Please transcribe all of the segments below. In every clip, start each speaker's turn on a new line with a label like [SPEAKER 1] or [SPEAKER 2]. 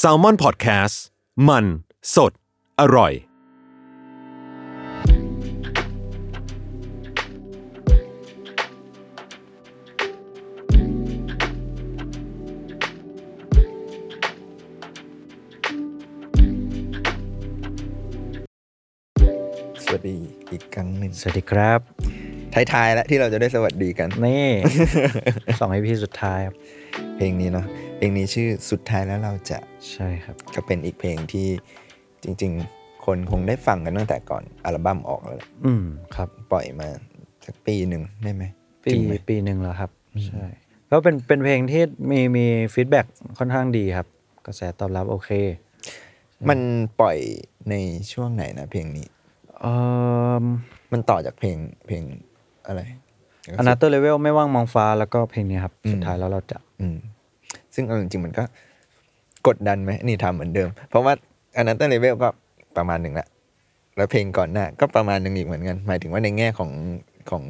[SPEAKER 1] s a l ม o n PODCAST มัน สด อร่อย
[SPEAKER 2] สวัสดีอีกครั้งหนึ่ง
[SPEAKER 3] สวัสดีครับ
[SPEAKER 2] ท้ายๆแล้วที่เราจะได้สวัสดีกัน
[SPEAKER 3] นี่ สองไอพีสุดท้ายครับ
[SPEAKER 2] เพลงนี้เนาะเพลงนี้ชื่อสุดท้ายแล้วเราจะ
[SPEAKER 3] ใช่ครับ
[SPEAKER 2] ก็เป็นอีกเพลงที่จริง ๆ คนคงได้ฟังกันตั้งแต่ก่อนอัลบั้มออกแล้วแหละ
[SPEAKER 3] อืมครับ
[SPEAKER 2] ปล่อยมาสักปีหนึ่งได้ไหม
[SPEAKER 3] ปี
[SPEAKER 2] ถึงไหม
[SPEAKER 3] ปีหนึ่งแล้วครับ ใช่ ก็เป็นเป็นเพลงที่มีมีฟีดแบ็ค่อนข้างดีครับ กระแสตอบรับโอเค
[SPEAKER 2] มันปล่อยในช่วงไหนนะเพลงนี้
[SPEAKER 3] เอ่อ
[SPEAKER 2] มันต่อจากเพลงเพลงอะไร
[SPEAKER 3] อนาเตอร์เลเวลไม่ว่างมองฟ้าแล้วก็เพลงนี้ครับ สุดท้ายแล้วเราจะ
[SPEAKER 2] อืมซึ่งเอาจริงๆมันก็กดดันไหมนี่ทำเหมือนเดิม เพราะว่าอันนั้นตั้งเลเวลก็ประมาณหนึ่งละแล้วเพลงก่อนหน้า ก็ประมาณหนึ่งอีกเหมือนกัน หมายถึงว่าในแง่ของของ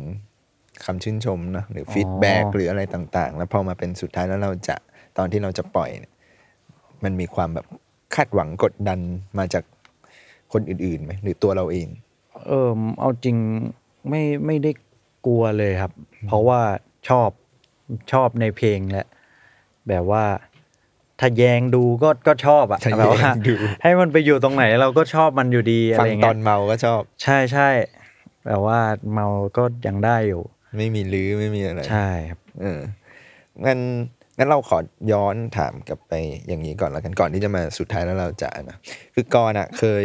[SPEAKER 2] คำชื่นชมเนอะหรือฟีดแบ็ก
[SPEAKER 3] อ๋อ
[SPEAKER 2] หรืออะไรต่างๆ แล้วพอมาเป็นสุดท้ายแล้วเราจะตอนที่เราจะปล่อยเนี่ยมันมีความแบบคาดหวังกดดันมาจากคนอื่นๆไหมหรือตัวเราเอง
[SPEAKER 3] เออเอาจริงไม่ไม่ได้กลัวเลยครับ เพราะว่าชอบชอบในเพลงแหละแบบว่าถ้าแยงดูก็ก็ชอบอะ
[SPEAKER 2] ถ้าแยง
[SPEAKER 3] แบบว่า
[SPEAKER 2] ดู
[SPEAKER 3] ให้มันไปอยู่ตรงไหนเราก็ชอบมันอยู่ดีอะ
[SPEAKER 2] ฟั
[SPEAKER 3] ไร
[SPEAKER 2] ตอ
[SPEAKER 3] งเงี้
[SPEAKER 2] น
[SPEAKER 3] ย
[SPEAKER 2] เมาก็ชอบ
[SPEAKER 3] ใช่ใช่แบบว่าเมาก็ยังได้อยู่
[SPEAKER 2] ไม่มีลือ้อไม่มีอะไร
[SPEAKER 3] ใช่ครับ
[SPEAKER 2] เอองั้นงั้นเราขอย้อนถามกลับไปอย่างนี้ก่อนแล้วกันก่อนที่จะมาสุดท้ายแล้วเราจะนะคือกอนอะเคย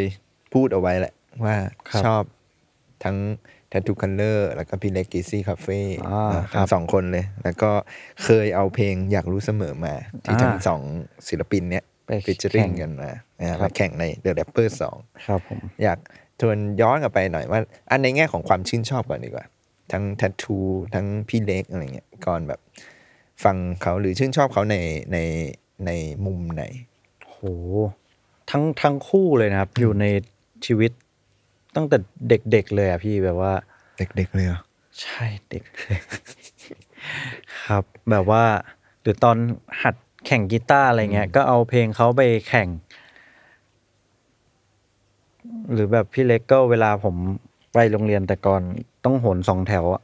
[SPEAKER 2] พูดเอาไว้แหละ ว่า
[SPEAKER 3] ครับ
[SPEAKER 2] ชอบทั้ง Tattoo Color แล้วก็พี่เล็กกิซี่คาเฟ่
[SPEAKER 3] อ่า
[SPEAKER 2] ทั้
[SPEAKER 3] ครั
[SPEAKER 2] ง
[SPEAKER 3] บ
[SPEAKER 2] สองคนเลย แล้วก็เคยเอาเพลงอยากรู้เสมอมา ที่
[SPEAKER 3] อ่า
[SPEAKER 2] ทั้งสองศิลปินเนี้ย
[SPEAKER 3] ไป
[SPEAKER 2] ฟิชเชอ
[SPEAKER 3] แข่
[SPEAKER 2] ริง
[SPEAKER 3] ง
[SPEAKER 2] กันมานะฮะ
[SPEAKER 3] ครั
[SPEAKER 2] มา
[SPEAKER 3] บ
[SPEAKER 2] แข่งใน The Rapper 2
[SPEAKER 3] ครับผม
[SPEAKER 2] อยากทวนย้อนกลับไปหน่อยว่า อันในแง่ของความชื่นชอบก่อนดีกว่า ทั้งแทททูทั้งพี่เล็กอะไรเงี้ยก่อนแบบ ฟังเขาหรือชื่นชอบเขาในในในมุมไหน
[SPEAKER 3] โหทั้งทั้งคู่เลยนะครับ อยู่ในชีวิตตั้งแต่เด็กๆเลยอะพี่แบบว่า
[SPEAKER 2] เด็กๆเลยเหรอ
[SPEAKER 3] ใช่เด็ก ครับ แบบว่า หรือตอนหัดแข่งกีตาร์อะไรเงี้ย ก็เอาเพลงเขาไปแข่ง หรือแบบพี่เล็กก็เวลาผมไปโรงเรียนแต่ก่อนต้องโหนสองแถวอะ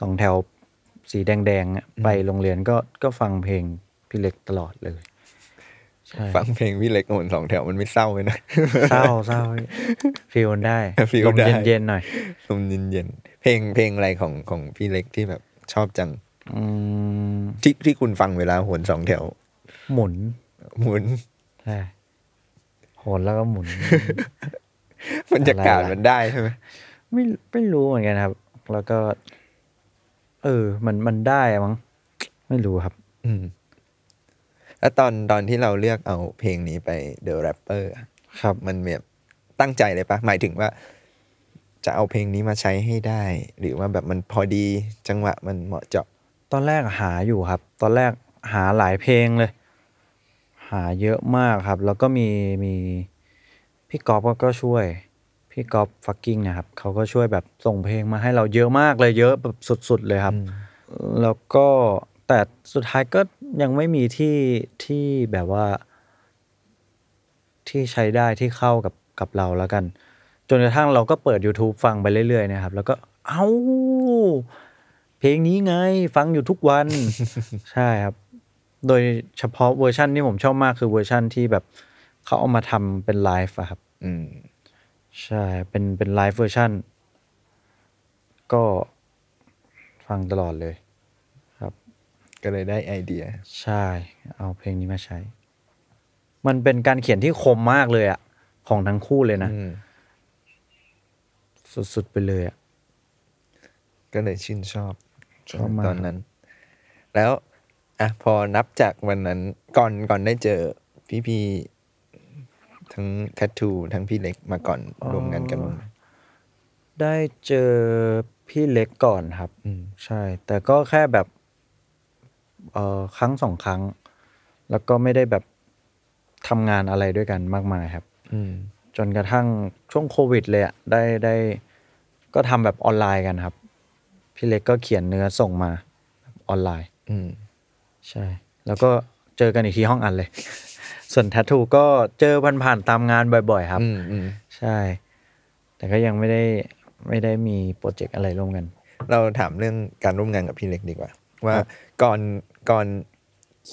[SPEAKER 3] สองแถวสีแดงๆอะไปโรงเรียนก็ก็ฟังเพลงพี่เล็กตลอดเลย ใช่
[SPEAKER 2] ฟังเพลงพี่เล็กโหนสองแถวมันไม่เศร้าเลยนะ
[SPEAKER 3] เศร้าเศร้าฟีลได้
[SPEAKER 2] feel
[SPEAKER 3] ลม
[SPEAKER 2] ได้
[SPEAKER 3] เย็นๆหน่อย
[SPEAKER 2] ลมเย็นๆเพลงเพลงอะไรของของพี่เล็กที่แบบชอบจัง
[SPEAKER 3] อืม
[SPEAKER 2] ที่ที่คุณฟังเวลาโหนสองแถว
[SPEAKER 3] หมุน
[SPEAKER 2] หมุน
[SPEAKER 3] ใช่โหนแล้วก็หมุน
[SPEAKER 2] บรรยากาศ
[SPEAKER 3] อะไรล่ะ
[SPEAKER 2] มันได้ใช่ไหม
[SPEAKER 3] ไม่ไม่รู้เหมือนกันครับ แล้วก็ เออ มันมันได้มั้งไม่รู้ครับ
[SPEAKER 2] อืมแล้วตอนตอนที่เราเลือกเอาเพลงนี้ไป The Rapper อะ
[SPEAKER 3] ครับ
[SPEAKER 2] มันแบบตั้งใจเลยปะหมายถึงว่า จะเอาเพลงนี้มาใช้ให้ได้ หรือว่าแบบมันพอดีจังหวะมันเหมาะเจาะ
[SPEAKER 3] ตอนแรกหาอยู่ครับ ตอนแรกหาหลายเพลงเลย หาเยอะมากครับ แล้วก็มีมีพี่กอฟก็ช่วย พี่กอฟฟักกิ้งนะครับเขาก็ช่วยแบบส่งเพลงมาให้เราเยอะมากเลย เยอะแบบสุดๆเลยครับ แล้วก็แต่สุดท้ายก็ยังไม่มีที่ที่แบบว่า ที่ใช้ได้ที่เข้ากับกับเราแล้วกัน จนกระทั่งเราก็เปิด YouTube ฟังไปเรื่อยๆเนะครับ แล้วก็เอ้า เพลงนี้ไง ฟังอยู่ทุกวัน ใช่ครับ โดยเฉพาะเวอร์ชันที่ผมชอบมากคือเวอร์ชันที่แบบเขาเอามาทำเป็นไลฟ์อะครับ
[SPEAKER 2] อืม
[SPEAKER 3] ใช่ เป็นเป็นไลฟ์เวอร์ชันก็ฟังตลอดเลย
[SPEAKER 2] ก็เลยได้ไอเดีย
[SPEAKER 3] ใช่ เอาเพลงนี้มาใช้ มันเป็นการเขียนที่คมมากเลยอะของทั้งคู่เลยนะ
[SPEAKER 2] อืม
[SPEAKER 3] สุดๆไปเลยอะ
[SPEAKER 2] ก็เลยชื่นชอบ
[SPEAKER 3] ชอบมาก
[SPEAKER 2] ตอนนั้น แล้วอ่ะพอนับจากวันนั้น ก่อนก่อนได้เจอพี่พี่ ทั้งแทททูทั้งพี่เล็กมาก่อนรวมงานกันบ้างไหม
[SPEAKER 3] ได้เจอพี่เล็กก่อนครับ
[SPEAKER 2] อืม
[SPEAKER 3] ใช่ แต่ก็แค่แบบเออครั้งสองครั้ง แล้วก็ไม่ได้แบบทำงานอะไรด้วยกันมากมายครับ
[SPEAKER 2] อืม
[SPEAKER 3] จนกระทั่งช่วงโควิดเลยอะได้ได้ก็ทำแบบออนไลน์กันครับ พี่เล็กก็เขียนเนื้อส่งมาแบบออนไลน์
[SPEAKER 2] อืม
[SPEAKER 3] ใช่ แล้วก็เจ จอกันอีกทีห้องอัดเลย ส่วนแททูก็เจอผ่านๆตามงานบ่อยๆ ครับ
[SPEAKER 2] อืมอืม
[SPEAKER 3] ใช่ แต่ก็ยังไม่ได้ไม่ได้มีโปรเจกต์อะไรร่วมกัน
[SPEAKER 2] เราถามเรื่องการร่วมงานกับพี่เล็กดีกว่า ว่าก่อนก่อน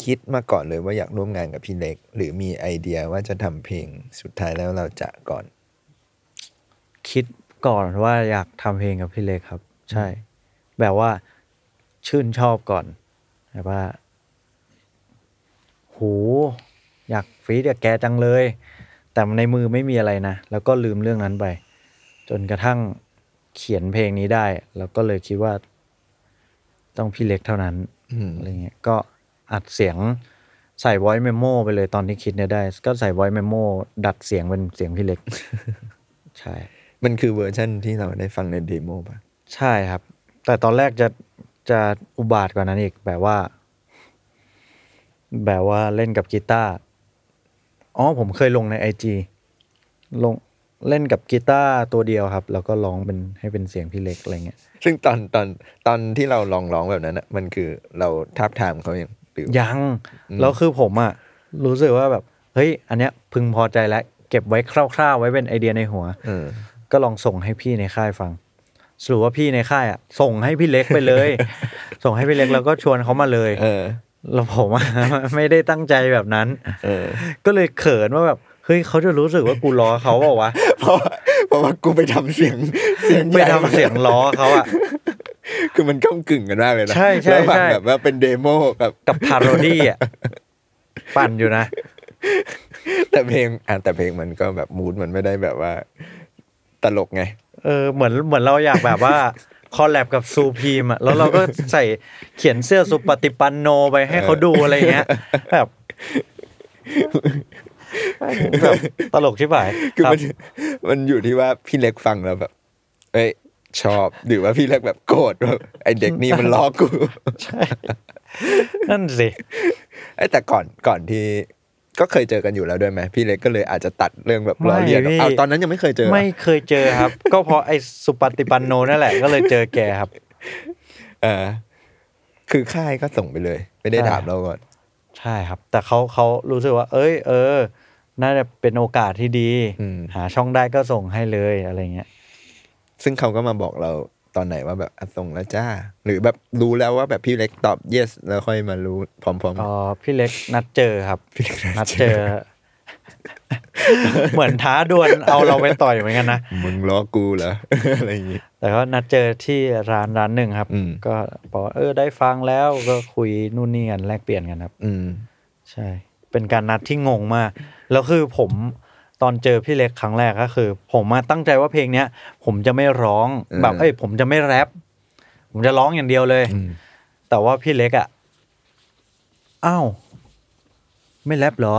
[SPEAKER 2] คิดมาก่อนเลยว่าอยากร่วมงานกับพี่เล็ก หรือมีไอเดียว่าจะทำเพลงสุดท้ายแล้วเราจะก่อน
[SPEAKER 3] คิดก่อนว่าอยากทำเพลงกับพี่เล็กครับ ใช่ แบบว่าชื่นชอบก่อน แบบว่าโหอยากฟีดกับแกจังเลย แต่ในมือไม่มีอะไรนะ แล้วก็ลืมเรื่องนั้นไป จนกระทั่งเขียนเพลงนี้ได้ แล้วก็เลยคิดว่า ต้องพี่เล็กเท่านั้น
[SPEAKER 2] อืม
[SPEAKER 3] อะไรเงี้ยก็อัดเสียงใส่ voice memo ไปเลยตอนที่คิดเนี่ยได้ ก็ใส่ voice memo ดัดเสียงเป็นเสียงพี่เล็ก ใช่
[SPEAKER 2] มันคือเวอร์ชั่นที่เราได้ฟังในเดโมป่ะ
[SPEAKER 3] ใช่ครับ แต่ตอนแรกจะจะอุบาทกว่านั้นอีกแบบว่า แบบว่าเล่นกับกีตาร์อ๋อผมเคยลงในไอจีลงเล่นกับกีตาร์ตัวเดียวครับ แล้วก็ร้องเป็นให้เป็นเสียงพี่เล็กอะไรเงี้ย
[SPEAKER 2] ซึ่งตอนตอนตอนที่เราลองร้องแบบนั้นอ่ะมันคือเราทับทามเขาอย่างหรือ
[SPEAKER 3] ยังแล้วคือผมอะรู้สึกว่าแบบเฮ้ย อันเนี้ยพึงพอใจแล้ว เก็บไว้คร่าวๆ ไว้เป็นไอเดียในหัว
[SPEAKER 2] เออ
[SPEAKER 3] ก็ลองส่งให้พี่ในค่ายฟัง สรุปว่าพี่ในค่ายอะส่งให้พี่เล็กไปเลย ส่งให้พี่เล็กแล้วก็ชวนเขามาเลย
[SPEAKER 2] เออ
[SPEAKER 3] เราผมอะ ไม่ได้ตั้งใจแบบนั้น
[SPEAKER 2] เออ
[SPEAKER 3] ก็เลยเขินว่าแบบ เฮ้ยเขาจะรู้สึกว่ากูล้อเขาเปล่าวะ
[SPEAKER 2] เพราะว่าเพราะว่ากูไปทำเสียงเสียง
[SPEAKER 3] ไป
[SPEAKER 2] ใหญ่
[SPEAKER 3] ทำเสียงล้อเขาอะ
[SPEAKER 2] คือมันก้ากึ่งกันมากเลยนะ
[SPEAKER 3] ใช่ใช่
[SPEAKER 2] ระหว่าง
[SPEAKER 3] ใช่
[SPEAKER 2] แบบว่าเป็นเดโมกับ
[SPEAKER 3] กับพาโรดี้อะปั่นอยู่นะ
[SPEAKER 2] แต่เพลงอ่ะแต่เพลงมันก็แบบมูดมันไม่ได้แบบว่า ตลกไง
[SPEAKER 3] เออเหมือนเหมือนเราอยากแบบว่า คอลแลบกับซูพีมอะแล้วเราก็ใส่เขียนเสื้อสุปฏิปันโนไปให้เขาดูอะไรเงี้ย แบบ แบบตลกชิบหาย
[SPEAKER 2] คือ
[SPEAKER 3] ครับ
[SPEAKER 2] มันมันอยู่ที่ว่าพี่เล็กฟังแล้วแบบ เอ้ยชอบหรือว่าพี่เล็กแบบโกรธว่าไอเด็กนี่มันล้อ กู
[SPEAKER 3] นั่นสิ
[SPEAKER 2] ไอ้ยแต่ก่อนก่อนที่ก็เคยเจอกันอยู่แล้วด้วยไหมพี่เล็กก็เลยอาจจะตัดเรื่องแบบล้อเลียนออก
[SPEAKER 3] ไม่พี่
[SPEAKER 2] เอาตอนนั้นยังไม่เคยเจอ
[SPEAKER 3] ไม่เคยเจอครับ ก็เพราะไอ้สุปฏิปันโนนั่นแหละก็เลยเจอแกครับ
[SPEAKER 2] เออคือค่ายก็ส่งไปเลย ไม่ได้
[SPEAKER 3] ใช่
[SPEAKER 2] ถามเราก่อน
[SPEAKER 3] ใช่ครับ แต่เขาเขารู้สึกว่า เอ้ย เออ น่าจะเป็นโอกาสที่ดี
[SPEAKER 2] อืม
[SPEAKER 3] หาช่องได้ก็ส่งให้เลยอะไรเงี้ย
[SPEAKER 2] ซึ่งเขาก็มาบอกเราตอนไหนว่าแบบอ่ะส่งแล้วจ้า หรือแบบรู้แล้วว่าแบบพี่เล็กตอบ yes แล้วค่อยมารู้พร้อม
[SPEAKER 3] อ๋อ พี่เล็กนัดเจอ ครับ นัดเจอ เหมือนท้าดวลเอาเราไปต่อยเหมือนกันนะ
[SPEAKER 2] ๆ มึงล้อกูเหรอ อะไรอย่างงี้
[SPEAKER 3] แต่ก็นัดเจอที่ร้านร้านหนึ่งครับ
[SPEAKER 2] อืม
[SPEAKER 3] ก็บอกว่าเออได้ฟังแล้วก็คุยนู่นนี่กันแลกเปลี่ยนกันครับ
[SPEAKER 2] อืม
[SPEAKER 3] ใช่ เป็นการนัดที่งงมาก แล้วคือผมตอนเจอพี่เล็กครั้งแรกก็คือ ผมมาตั้งใจว่าเพลงเนี้ย ผมจะไม่ร้อง
[SPEAKER 2] เออ
[SPEAKER 3] แบบเอ้ยผมจะไม่แรปผมจะร้องอย่างเดียวเลย
[SPEAKER 2] อืม
[SPEAKER 3] แต่ว่าพี่เล็กอ่ะอ้าวไม่แรปเหรอ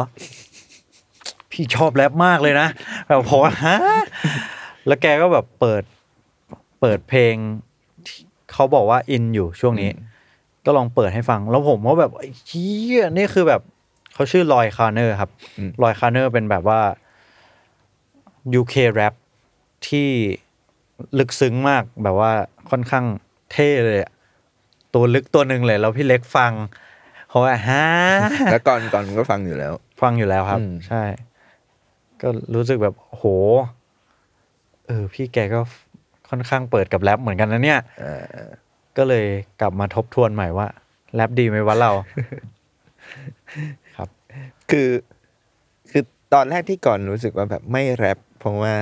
[SPEAKER 3] พี่ชอบแรปมากเลยนะแบบผมว่าฮะแล้วแกก็แบบเปิด เปิดเพลงที่เขาบอกว่าอินอยู่ช่วงนี้ ก็ลองเปิดให้ฟัง แล้วผมก็แบบไอ้เฮียนี่คือแบบ เขาชื่อลอยคาร์เนอร์ครับ
[SPEAKER 2] อืม
[SPEAKER 3] ลอยคาร์เนอร์เป็นแบบว่า UK rap ที่ลึกซึ้งมากแบบว่าค่อนข้างเท่เลยอะตัวลึกตัวหนึ่งเลย แล้วพี่เล็กฟังเขาว่าฮะ
[SPEAKER 2] แล้วก่อนก่อนก็ฟังอยู่แล้ว
[SPEAKER 3] ฟังอยู่แล้วครับ
[SPEAKER 2] อืม
[SPEAKER 3] ใช่ ก็รู้สึกแบบโห เออ พี่แกก็ค่อนข้างเปิดกับแรปเหมือนกันนะเนี่ย
[SPEAKER 2] อ่า
[SPEAKER 3] ก็เลยกลับมาทบทวนใหม่ว่าแรปดีไหมวะ เรา ครับ
[SPEAKER 2] คือ คือตอนแรกที่ก่อนรู้สึกว่าแบบไม่แรปเพราะว่า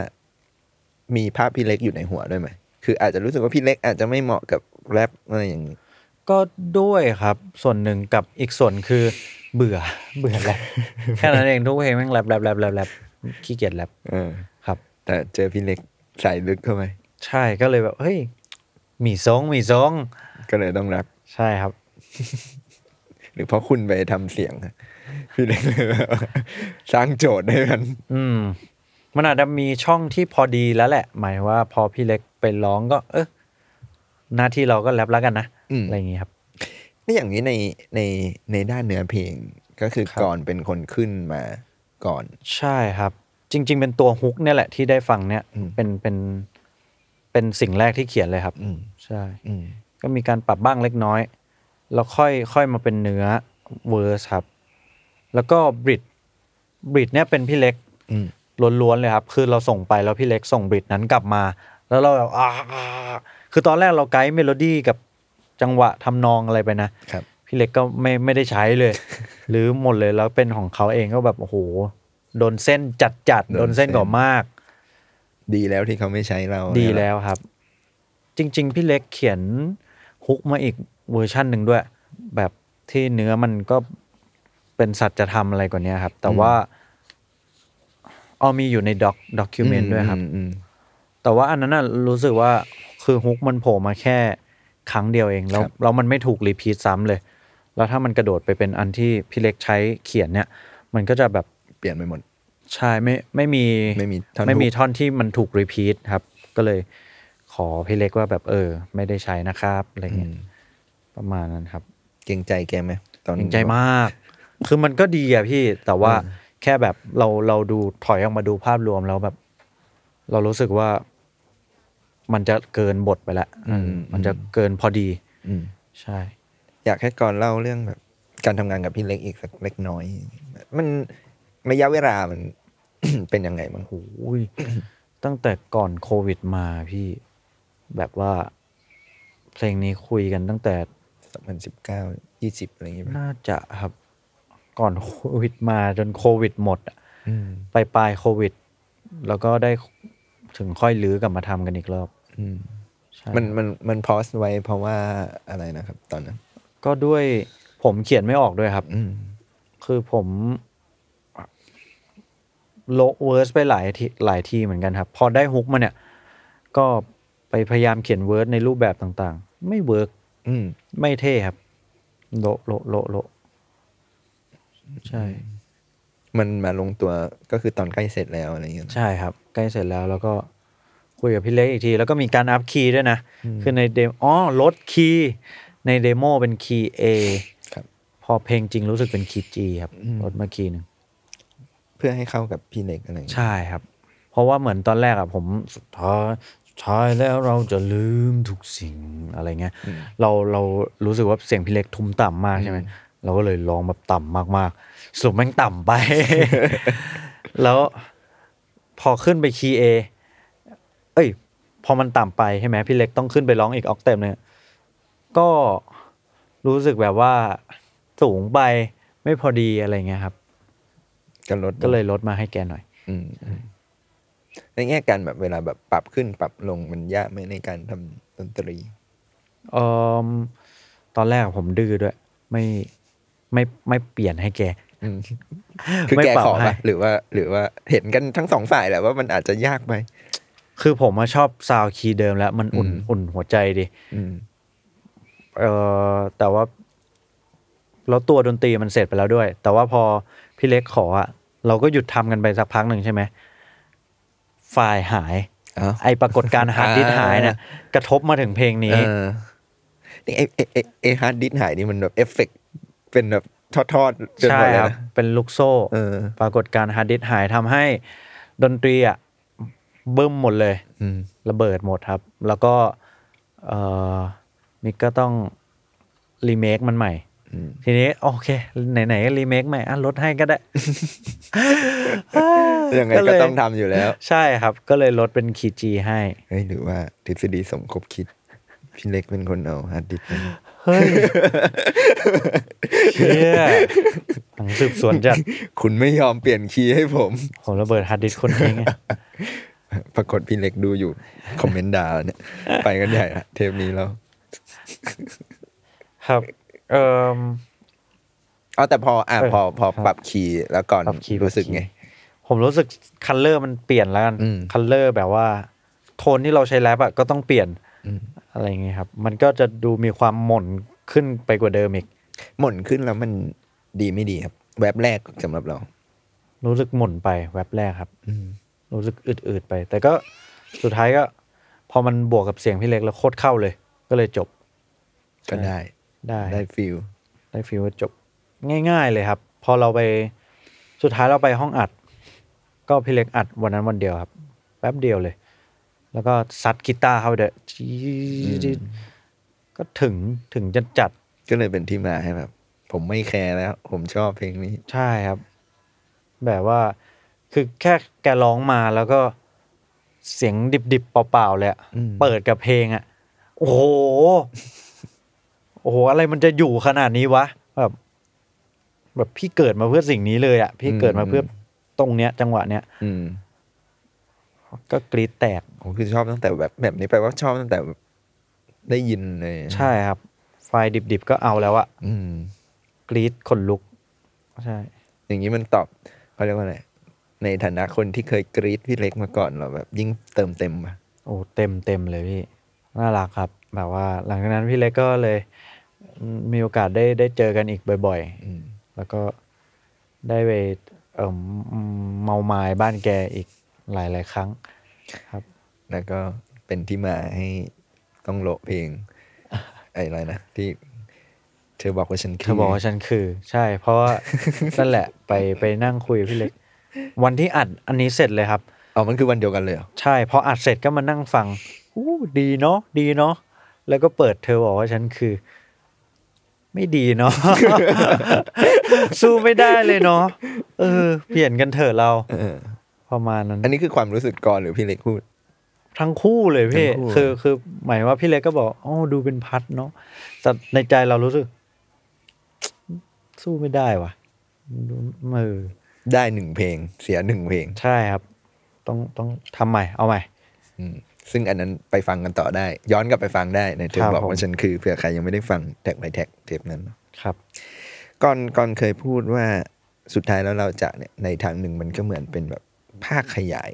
[SPEAKER 2] มีภาพพี่เล็กอยู่ในหัวด้วยไหมคืออาจจะรู้สึกว่าพี่เล็กอาจจะไม่เหมาะกับแรปอะไรอย่างนี้
[SPEAKER 3] ก็ด้วยครับ ส่วนหนึ่งกับอีกส่วนคือ เบื่อ เบื่อแรป แค่นั้นเองทุกเพลงแม่งแรปแรปแรปแรปแรปขี้เกียจแรป
[SPEAKER 2] เออ
[SPEAKER 3] ครับ
[SPEAKER 2] แต่เจอพี่เล็กใส่ลึกเข้าไป
[SPEAKER 3] ใช่ก็เลยแบบเฮ้ยหมีซองหมีซอง
[SPEAKER 2] ก็เลยต้องแรป
[SPEAKER 3] ใช่ครับ
[SPEAKER 2] หรือเพราะคุณไปทำเสียงอะพี่เล็กเลยแบบว่าสร้างโจทย์ให้มัน
[SPEAKER 3] อืม มันอาจจะมีช่องที่พอดีแล้วแหละ หมายว่าพอพี่เล็กไปร้องก็ เออหน้าที่เราก็แรปแล้วกันนะอะไรอย่างงี้ครับ
[SPEAKER 2] นี่อย่างนี้ในในในด้านเนื้อเพลงก็คือ
[SPEAKER 3] ครับ
[SPEAKER 2] ก่อนเป็นคนขึ้นมาก่อน
[SPEAKER 3] ใช่ครับ จริง ๆ เป็นตัวฮุกเนี่ยแหละที่ได้ฟังเนี่ย
[SPEAKER 2] อืม
[SPEAKER 3] เป็นเป็นเป็นสิ่งแรกที่เขียนเลยครับ
[SPEAKER 2] อืม
[SPEAKER 3] ใช่
[SPEAKER 2] อืม
[SPEAKER 3] ก็มีการปรับบ้างเล็กน้อย แล้วค่อยค่อยมาเป็นเนื้อเวอร์สครับ แล้วก็บริดบริดเนี่ยเป็นพี่เล็ก
[SPEAKER 2] อืม
[SPEAKER 3] ล้วนๆเลยครับ คือเราส่งไปแล้วพี่เล็กส่งบริดนั้นกลับมา แล้วเราแบบอ่าคือตอนแรกเราไกด์เมโลดี้กับจังหวะทำนองอะไรไปนะ
[SPEAKER 2] ครับ
[SPEAKER 3] พี่เล็กก็ไม่ไม่ได้ใช้เลย หรือหมดเลยแล้วเป็นของเขาเองก็แบบโอ้โหโดนเส้นจัดจัดๆ
[SPEAKER 2] โด
[SPEAKER 3] โด
[SPEAKER 2] น
[SPEAKER 3] น
[SPEAKER 2] เส้
[SPEAKER 3] เส้
[SPEAKER 2] น
[SPEAKER 3] นก่อมาก
[SPEAKER 2] ดีแล้วที่เขาไม่ใช้เรา
[SPEAKER 3] ดี
[SPEAKER 2] เนี่ยหรอ
[SPEAKER 3] แล้วครับ จริง ๆ พี่เล็กเขียนฮุกมาอีกเวอร์ชั่นหนึ่งด้วย แบบที่เนื้อมันก็เป็นสัตว์จะทำอะไรกว่านี้ครับ แต่ว่าเอามีอยู่ในด็อกด็อกิวเมนต์ด้วยครับ
[SPEAKER 2] อืมอืม
[SPEAKER 3] แต่ว่าอันนั้นน่ะรู้สึกว่าคือฮุกมันโผล่มาแค่ครั้งเดียวเองแล้ว
[SPEAKER 2] ครับ
[SPEAKER 3] แล้วมันไม่ถูกรีพีทซ้ำเลย แล้วถ้ามันกระโดดไปเป็นอันที่พี่เล็กใช้เขียนเนี่ย มันก็จะแบบ
[SPEAKER 2] เปลี่ยนไปหมด
[SPEAKER 3] ใช่ไม่ไม่มี
[SPEAKER 2] ไม่มีท่อนฮุก
[SPEAKER 3] ไม่มีท่อนที่มันถูกรีพีทครับ ก็เลยขอพี่เล็กว่าแบบเออ ไม่ได้ใช้นะครับอะไรเงี้ยประมาณนั้นครับ
[SPEAKER 2] เกรงใจแกไหมตอน
[SPEAKER 3] จริงใจมาก คือมันก็ดีอะพี่ แต่ว่าแค่แบบเราเราดูถอยออกมาดูภาพรวมแล้วแบบ เรารู้สึกว่า มันจะเกินบทไปแล้วอืมมันจะเกินพอดี
[SPEAKER 2] อืม
[SPEAKER 3] ใช่
[SPEAKER 2] อยากให้ก่อนเล่าเรื่องแบบ การทำงานกับพี่เล็กอีกสักเล็กน้อย มันระยะเวลามัน เป็นยังไงบ้าง
[SPEAKER 3] โอ้โหย ตั้งแต่ก่อนโควิดมาพี่ แบบว่า เพลงนี้คุยกันตั้งแต่
[SPEAKER 2] สองพันสิบเก้ายี่สิบอะไรอย่างเงี้ย
[SPEAKER 3] น่าจะครับ ก่อนโควิดมาจนโควิดหมดอะ
[SPEAKER 2] อืม
[SPEAKER 3] ปลายปลายๆโควิด แล้วก็ได้ถึงค่อยลื้อกลับมาทำกันอีกรอบ
[SPEAKER 2] อืม
[SPEAKER 3] ใช่
[SPEAKER 2] มันมันมันพอสไว้เพราะว่าอะไรนะครับ ตอนนั้น
[SPEAKER 3] ก็ด้วยผมเขียนไม่ออกด้วยครับ
[SPEAKER 2] อืม
[SPEAKER 3] คือผมโละเวิร์สไปหลายทีหลายทีเหมือนกันครับ พอได้ฮุกมาเนี่ย ก็ไปพยายามเขียนเวิร์สในรูปแบบต่างๆ ไม่เวิร์ก
[SPEAKER 2] อืม
[SPEAKER 3] ไม่เท่ครับ โละโละโละโละใช่
[SPEAKER 2] มันมาลงตัวก็คือตอนใกล้เสร็จแล้วอะไรอย่างเงี้ย
[SPEAKER 3] ใช่ครับ ใกล้เสร็จแล้วแล้วก็คุยกับพี่เล็กอีกที แล้วก็มีการอัพคีย์ด้วยนะ คือในเดมอ๋อลดคีย์ในเดโมเป็นคีย์ A
[SPEAKER 2] ครับ
[SPEAKER 3] พอเพลงจริงรู้สึกเป็นคีย์ G ครับ
[SPEAKER 2] อืม
[SPEAKER 3] ลดมาคีย์หนึ่ง
[SPEAKER 2] เพื่อให้เข้ากับพี่เล็กอะไรอย่างเงี้ย
[SPEAKER 3] ใช่ครับ เพราะว่าเหมือนตอนแรกอะผมสุดท้ายสุดท้ายแล้วเราจะลืมทุกสิ่งอะไรเงี้ยเราเรารู้สึกว่าเสียงพี่เล็กทุ้มต่ำมากใช่ไหมเราก็เลยร้องแบบต่ำมากๆสรุดแม่งต่ำไป แล้วพอขึ้นไปคีย์ A เอ้ย พอมันต่ำไปใช่ไหมพี่เล็กต้องขึ้นไปร้องอีกออกเต็มเนี่ยก็รู้สึกแบบว่าสูงไปไม่พอดีอะไรเงี้ยครับ
[SPEAKER 2] ก็ลด
[SPEAKER 3] ก็เลยลดมาให้แกหน่อย
[SPEAKER 2] อืมอืมในแง่การแบบเวลาแบบปรับขึ้นปรับลงมันยากไหมในการทำดนตรี
[SPEAKER 3] เอมตอนแรกผมดื้อด้วย ไม่ไม่ไม่เปลี่ยนให้แก
[SPEAKER 2] อืมคือ
[SPEAKER 3] ไม่
[SPEAKER 2] แก
[SPEAKER 3] ปรับ
[SPEAKER 2] ขอ
[SPEAKER 3] ให้
[SPEAKER 2] ปะหรือว่า หรือว่าเห็นกันทั้งสองฝ่ายแหละว่ามันอาจจะยากไป
[SPEAKER 3] คือผมอะชอบซาวด์คีย์เดิมแล้ว มันอุ่น
[SPEAKER 2] อืม
[SPEAKER 3] อุ่นหัวใจดี
[SPEAKER 2] อืม
[SPEAKER 3] เออแต่ว่าแล้วตัวดนตรีมันเสร็จไปแล้วด้วย แต่ว่าพอพี่เล็กขออะเราก็หยุดทำกันไปสักพักหนึ่งใช่ไหมไฟล์หาย
[SPEAKER 2] อ้าว
[SPEAKER 3] ไอปรากฏการณ์ฮาร์ดดิสก์
[SPEAKER 2] อ่า
[SPEAKER 3] หายนะกระทบมาถึงเพลงนี้
[SPEAKER 2] เออนี่ไอไอไอไอฮาร์ดดิสก์หายนี่มันแบบเอฟเฟกต์เป็นแบบทอดๆจน
[SPEAKER 3] ใช่
[SPEAKER 2] หมดเลย
[SPEAKER 3] ครับ
[SPEAKER 2] นะ
[SPEAKER 3] เป็นลูกโซ่
[SPEAKER 2] เออ
[SPEAKER 3] ปรากฏการณ์ฮาร์ดดิสก์หายทำให้ดนตรีอ่ะบึ้มหมดเลย
[SPEAKER 2] อืม
[SPEAKER 3] ระเบิดหมดครับ แล้วก็เอ่อมิกก็ต้องรีเมคมันใหม่
[SPEAKER 2] อืม
[SPEAKER 3] ทีนี้ โอเค ไหนๆก็รีเมคใหม่อ่ะลดให้ก็ได้
[SPEAKER 2] ยังไงก็ต้องทำอยู่แล้ว
[SPEAKER 3] ใช่ครับ ก็เลยลดเป็นขีดจีให้
[SPEAKER 2] เฮ้ยหรือว่าทฤษฎีสมคบคิด พี่เล็กเป็นคนเอาฮาร์ดดิสก์มา
[SPEAKER 3] เฮ้ย เชี่ยหนังสืบสวนจัด
[SPEAKER 2] คุณไม่ยอมเปลี่ยนคีย์ให้ผม
[SPEAKER 3] ผมระเบิดฮาร์ดดิสก์คนทิ้งอะ
[SPEAKER 2] ปรากฏพี่เล็กดูอยู่ คอมเมนต์ด่าเนี่ย ไปกันใหญ่ละเทปนี้แล้ว
[SPEAKER 3] ครับ เอ่ม
[SPEAKER 2] เอาแต่พออ่ะ
[SPEAKER 3] เออ
[SPEAKER 2] พอพอ
[SPEAKER 3] ครับ
[SPEAKER 2] ปรับคีย์แล้วก่อน
[SPEAKER 3] ปรับคีย์
[SPEAKER 2] รู้สึกไง
[SPEAKER 3] ผมรู้สึกคัลเลอร์มันเปลี่ยนแล้วกัน
[SPEAKER 2] อืม
[SPEAKER 3] คัลเลอร์แบบว่า โทนที่เราใช้แรปอะก็ต้องเปลี่ยนอะไรอย่างเงี้ยครับ มันก็จะดูมีความหม่นขึ้นไปกว่าเดิมอีก
[SPEAKER 2] หม่นขึ้นแล้วมันดีไม่ดีครับ แวบแรกสำหรับเรา
[SPEAKER 3] รู้สึกหม่นไปแวบแรกครับรู้สึกอืดๆไป แต่ก็สุดท้ายก็ พอมันบวกกับเสียงพี่เล็กแล้วโคตรเข้าเลย ก็เลยจบ
[SPEAKER 2] ก็ได้
[SPEAKER 3] ได้
[SPEAKER 2] ได้ฟิล
[SPEAKER 3] ได้ฟีลว่าจบ ง่าย ๆ เลยครับ พอเราไปสุดท้ายเราไปห้องอัด ก็พี่เล็กอัดวันนั้นวันเดียวครับ แป๊บเดียวเลย แล้วก็ซัดกีตาร์เข้าไปเดะจี๊ดก็ถึงถึงจะจัด
[SPEAKER 2] ก็เลยเป็นที่มาให้แบบ ผมไม่แคร์แล้ว ผมชอบเพลงนี้
[SPEAKER 3] ใช่ครับ แบบว่าคือแค่แกร้องมาแล้วก็เสียงดิบๆเปล่าๆเลยอะ
[SPEAKER 2] อืม
[SPEAKER 3] เปิดกับเพลงอ่ะ โอ้โห โอ้โห อะไรมันจะอยู่ขนาดนี้วะ แบบ แบบพี่เกิดมาเพื่อสิ่งนี้เลยอ่ะ พี่เกิดมาเพื่อตรงเนี้ย จังหวะเนี้ย
[SPEAKER 2] อืม
[SPEAKER 3] ก็กรีดแตก
[SPEAKER 2] ผมคือชอบตั้งแต่แบบแบบนี้ไปลว่าชอบตั้งแต่แบบได้ยินเลย
[SPEAKER 3] ใช่ครับ ไฟล์ดิบๆก็เอาแล้วอะ
[SPEAKER 2] อืม
[SPEAKER 3] กรีดขนลุก ใช่
[SPEAKER 2] อย่างนี้มันตอบเขาเรียกว่าอะไรในฐานะคนที่เคยกรี๊ดพี่เล็กมาก่อนเราแบบ ยิ่งเติมเต็มป่ะ
[SPEAKER 3] โอ้เต็มเต็มเลยพี่ น่ารักครับ แบบว่า หลังจากนั้นพี่เล็กก็เลยอืมมีโอกาสได้ได้เจอกันอีกบ่อย
[SPEAKER 2] อืม
[SPEAKER 3] ๆ แล้วก็ได้ไปเอ่ออืมเมาไม้บ้านแกอีกหลาย ๆ ครั้ง ครับ
[SPEAKER 2] แล้วก็เป็นที่มาให้ต้องโละเพล ง ไอ้อะไรนะที่เธอบอกว่าฉัน
[SPEAKER 3] เธอบอกว่าฉันคือ ใช่ เพราะว่า นั่นแหละไปไปนั่งคุยกับพี่เล็ก วันที่อัดอันนี้เสร็จเลยครับ
[SPEAKER 2] อ๋อมันคือวันเดียวกันเลยเหรอ
[SPEAKER 3] ใช่พออัดเสร็จก็มานั่งฟังอู้ดีเนาะดีเนาะแล้วก็เปิดเธอบอกว่าฉันคือ ไม่ดีเนาะ สู้ไม่ได้เลยเนาะเออ เปลี่ยนกันเถอะเรา
[SPEAKER 2] เออ
[SPEAKER 3] ประมาณนั้น
[SPEAKER 2] อันนี้คือความรู้สึกก่อนหรือพี่เล็กพูด
[SPEAKER 3] ทั้งคู่เลยพี่
[SPEAKER 2] ทั้งคู่
[SPEAKER 3] คือคือ หมายว่าพี่เล็กก็บอกอ๋อดูเป็นพัดเนาะแต่ในใจเรารู้สึก สู้ไม่ได้ว่ะดูมือ
[SPEAKER 2] ได้หนึ่งเพลง เสียหนึ่งเพลง
[SPEAKER 3] ใช่ครับ ต้องต้องทำใหม่เอาใหม่
[SPEAKER 2] อืมซึ่งอันนั้นไปฟังกันต่อได้ ย้อนกลับไปฟังได้ในเธอ
[SPEAKER 3] ครับ
[SPEAKER 2] บอก
[SPEAKER 3] ผม
[SPEAKER 2] ว่าฉันคือเผื่อใครยังไม่ได้ฟังแท็กไปแท็กเทปนั้น
[SPEAKER 3] ครับ
[SPEAKER 2] ก่อนก่อนเคยพูดว่าสุดท้ายแล้วเราจะเนี่ยในทางหนึ่งมันก็เหมือนเป็นแบบภาคขยาย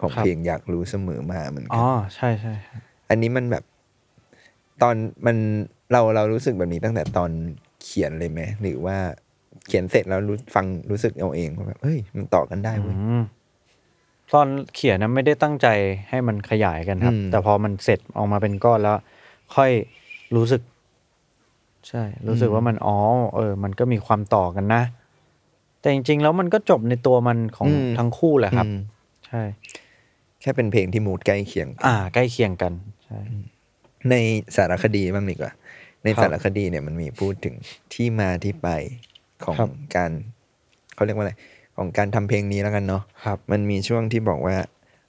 [SPEAKER 2] ของ
[SPEAKER 3] ครับ
[SPEAKER 2] เพลงอยากรู้เสมอมาเหมือนกัน
[SPEAKER 3] อ๋อใช่ใช่ใช่
[SPEAKER 2] อันนี้มันแบบตอนมันเราเรารู้สึกแบบนี้ตั้งแต่ตอนเขียนเลยไหมหรือว่าเขียนเสร็จแล้วรู้ฟังรู้สึกเอาเองว่าแบบเฮ้ย มันต่อกันได้เว้ย
[SPEAKER 3] อืม ตอนเขียนนะไม่ได้ตั้งใจให้มันขยายกันครับ
[SPEAKER 2] อืม
[SPEAKER 3] แต่พอมันเสร็จออกมาเป็นก้อนแล้ว ค่อยรู้สึก ใช่ รู้สึกว่ามันอ๋อเออ มันก็มีความต่อกันนะ แต่จริง ๆ แล้วมันก็จบในตัวมันของ
[SPEAKER 2] ม
[SPEAKER 3] ทั้งคู่แหละครับ
[SPEAKER 2] อืม
[SPEAKER 3] ใช่
[SPEAKER 2] แค่เป็นเพลงที่มูดใกล้เคียงกัน
[SPEAKER 3] อ่า ใกล้เคียงกันใช่
[SPEAKER 2] ในสารคดีบ้างดีกว่า ใน
[SPEAKER 3] ครับ
[SPEAKER 2] สารคดีเนี่ยมันมีพูดถึงที่มาที่ไปของ
[SPEAKER 3] ครับ
[SPEAKER 2] การเขาเรียกว่าอะไรของการทำเพลงนี้แล้วกันเนาะ
[SPEAKER 3] ครับ
[SPEAKER 2] มันมีช่วงที่บอกว่า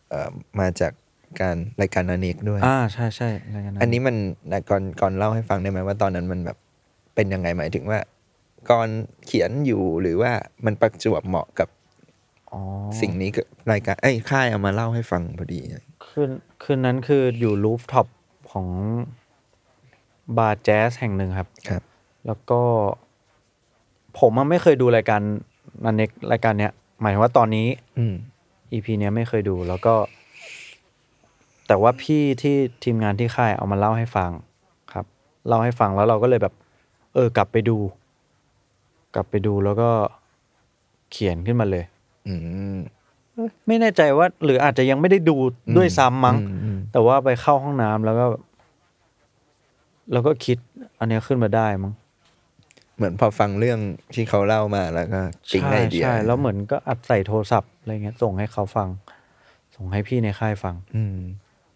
[SPEAKER 2] เอ่อมาจากการรายการอเนกด้วย
[SPEAKER 3] อ่าใช่ใช่อะไรกัะ
[SPEAKER 2] อันนี้มันนะก่อนก่อนเล่าให้ฟังได้ไหมว่าตอนนั้นมันแบบเป็นยังไงหมายถึงว่าก่อนเขียนอยู่หรือว่ามันประจวบเหมาะกับ
[SPEAKER 3] อ๋อ
[SPEAKER 2] สิ่งนี้กับรายการไอ้ยค่ายเอามาเล่าให้ฟังพอดี
[SPEAKER 3] คืนคืนนั้นคืออยู่รูฟท็อปของบาร์แจ๊สแห่งหนึ่งครับ
[SPEAKER 2] ครับ
[SPEAKER 3] แล้วก็ ผมอะไม่เคยดูรายการนันเน็กรายการเนี้ย หมายถึงว่าตอนนี้
[SPEAKER 2] อืม
[SPEAKER 3] EP เนี้ยไม่เคยดูแล้วก็ แต่ว่าพี่ที่ทีมงานที่ค่ายเอามาเล่าให้ฟังครับเล่าให้ฟังแล้วเราก็เลยแบบ เออ กลับไปดู กลับไปดูแล้วก็เขียนขึ้นมาเลย
[SPEAKER 2] อืม
[SPEAKER 3] ไม่แน่ใจว่า หรืออาจจะยังไม่ได้ดูด้วยซ้ำมั้ง
[SPEAKER 2] อืมอืม
[SPEAKER 3] แต่ว่าไปเข้าห้องน้ำแล้วก็ แล้วก็คิด อันเนี้ยขึ้นมาได้มั้ง
[SPEAKER 2] เหมือนพอฟังเรื่องที่เขาเล่ามาแล้วก็ปิ๊ง
[SPEAKER 3] ใช่
[SPEAKER 2] ไอเดีย
[SPEAKER 3] ใช่แล้วเหมือนก็อัดใส่โทรศัพท์อะไรเงี้ยส่งให้เขาฟัง ส่งให้พี่ในค่ายฟัง
[SPEAKER 2] อืม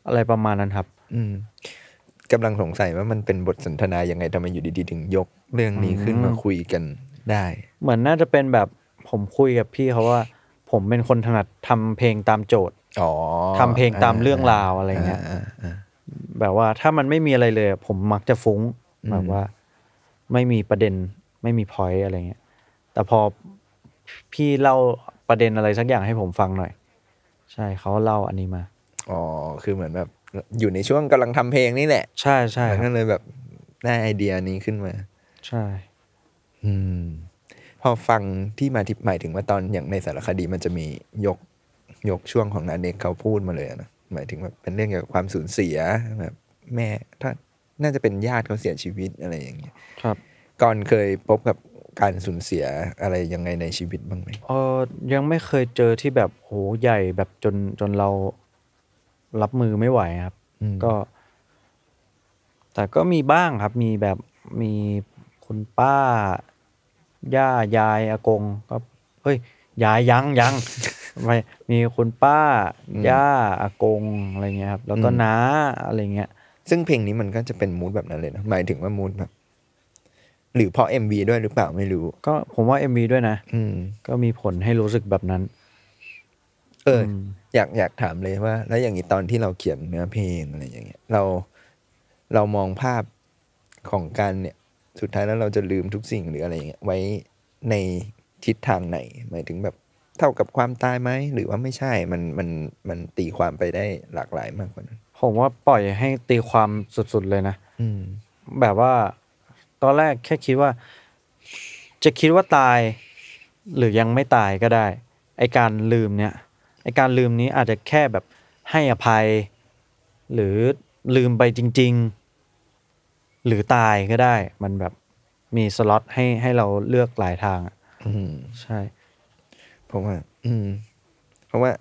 [SPEAKER 3] อะไรประมาณนั้นครับ
[SPEAKER 2] อืมกำลังสงสัยว่ามันเป็นบทสนทนายังไงทำไมอยู่ดีๆ ถึงยกเรื่องนี้ขึ้นมาคุยกันได้
[SPEAKER 3] เหมือนน่าจะเป็นแบบผมคุยกับพี่เขาว่า ผมเป็นคนถนัดทำเพลงตามโจทย์
[SPEAKER 2] อ๋อ
[SPEAKER 3] ทำเพลงตามเรื่องราวอะไรเงี้ย
[SPEAKER 2] าอ่า
[SPEAKER 3] แบบว่าถ้ามันไม่มีอะไรเลย ผมมักจะฟุ้ง
[SPEAKER 2] อืม
[SPEAKER 3] แบบว่า ไม่มีประเด็นไม่มีพอยอะไรเงี้ยแต่พอพี่เล่าประเด็นอะไรสักอย่างให้ผมฟังหน่อย ใช่เขาเล่าอันนี้มา
[SPEAKER 2] อ๋อ คือเหมือนแบบอยู่ในช่วงกำลังทำเพลงนี่แหละ
[SPEAKER 3] ใช่ใช่
[SPEAKER 2] มัน
[SPEAKER 3] ค
[SPEAKER 2] ก็
[SPEAKER 3] รับ
[SPEAKER 2] เลยแบบได้ไอเดียนี้ขึ้นมา
[SPEAKER 3] ใช่
[SPEAKER 2] อืม พอฟังที่มาที่หมายถึงว่าตอนอย่างในสารคดีมันจะมียกยกช่วงของนาเนกเขาพูดมาเลยอะนะหมายถึงแบบเป็นเรื่องเกี่ยวกับความสูญเสียแบบแม่ถ้าน่าจะเป็นญาติเขาเสียชีวิตอะไรอย่างเงี้ย
[SPEAKER 3] ครับ
[SPEAKER 2] ก่อนเคยพบกับการสูญเสียอะไรยังไงในชีวิตบ้างไหม
[SPEAKER 3] เออยังไม่เคยเจอที่แบบโหใหญ่แบบจนจนเรารับมือไม่ไหวครับ
[SPEAKER 2] อืม
[SPEAKER 3] ก็ แต่ก็มีบ้างครับ มีแบบมีคุณป้า ย่ายายอากง ก็เฮ้ยยายยังยัง ไม่มีคุณป้า ย่าอากงอะไรเงี้ยครับ แล้วก็น้าอะไรเงี้ย
[SPEAKER 2] ซึ่งเพลงนี้มันก็จะเป็นมูดแบบนั้นเลยนะหมายถึงว่ามูดแบบ หรือเพราะ MV ด้วยหรือเปล่าไม่รู้
[SPEAKER 3] ก็ผมว่า MV ด้วยนะ
[SPEAKER 2] อืม
[SPEAKER 3] ก็มีผลให้รู้สึกแบบนั้น
[SPEAKER 2] เออออยากอยากถามเลยว่า แล้วอย่างนี้ตอนที่เราเขียนเนื้อเพลงอะไรอย่างเงี้ยเราเรามองภาพของการเนี่ย สุดท้ายแล้วเราจะลืมทุกสิ่งหรืออะไรอย่างเงี้ยไว้ในทิศทางไหน หมายถึงแบบเท่ากับความตายไหมหรือว่าไม่ใช่มันมันมันตีความไปได้หลากหลายมากกว่านั้น
[SPEAKER 3] ผมว่าปล่อยให้ตีความสุดๆเลยนะ
[SPEAKER 2] อืม
[SPEAKER 3] แบบว่า ตอนแรกแค่คิดว่า จะคิดว่าตาย หรือยังไม่ตายก็ได้ ไอการลืมเนี่ย ไอการลืมนี้อาจจะแค่แบบให้อภัย หรือลืมไปจริง ๆ หรือตายก็ได้ มันแบบมีสล็อตให้ให้เราเลือกหลายทางอะ
[SPEAKER 2] อืม
[SPEAKER 3] ใช่
[SPEAKER 2] เพราะว่า อืม เพราะว่า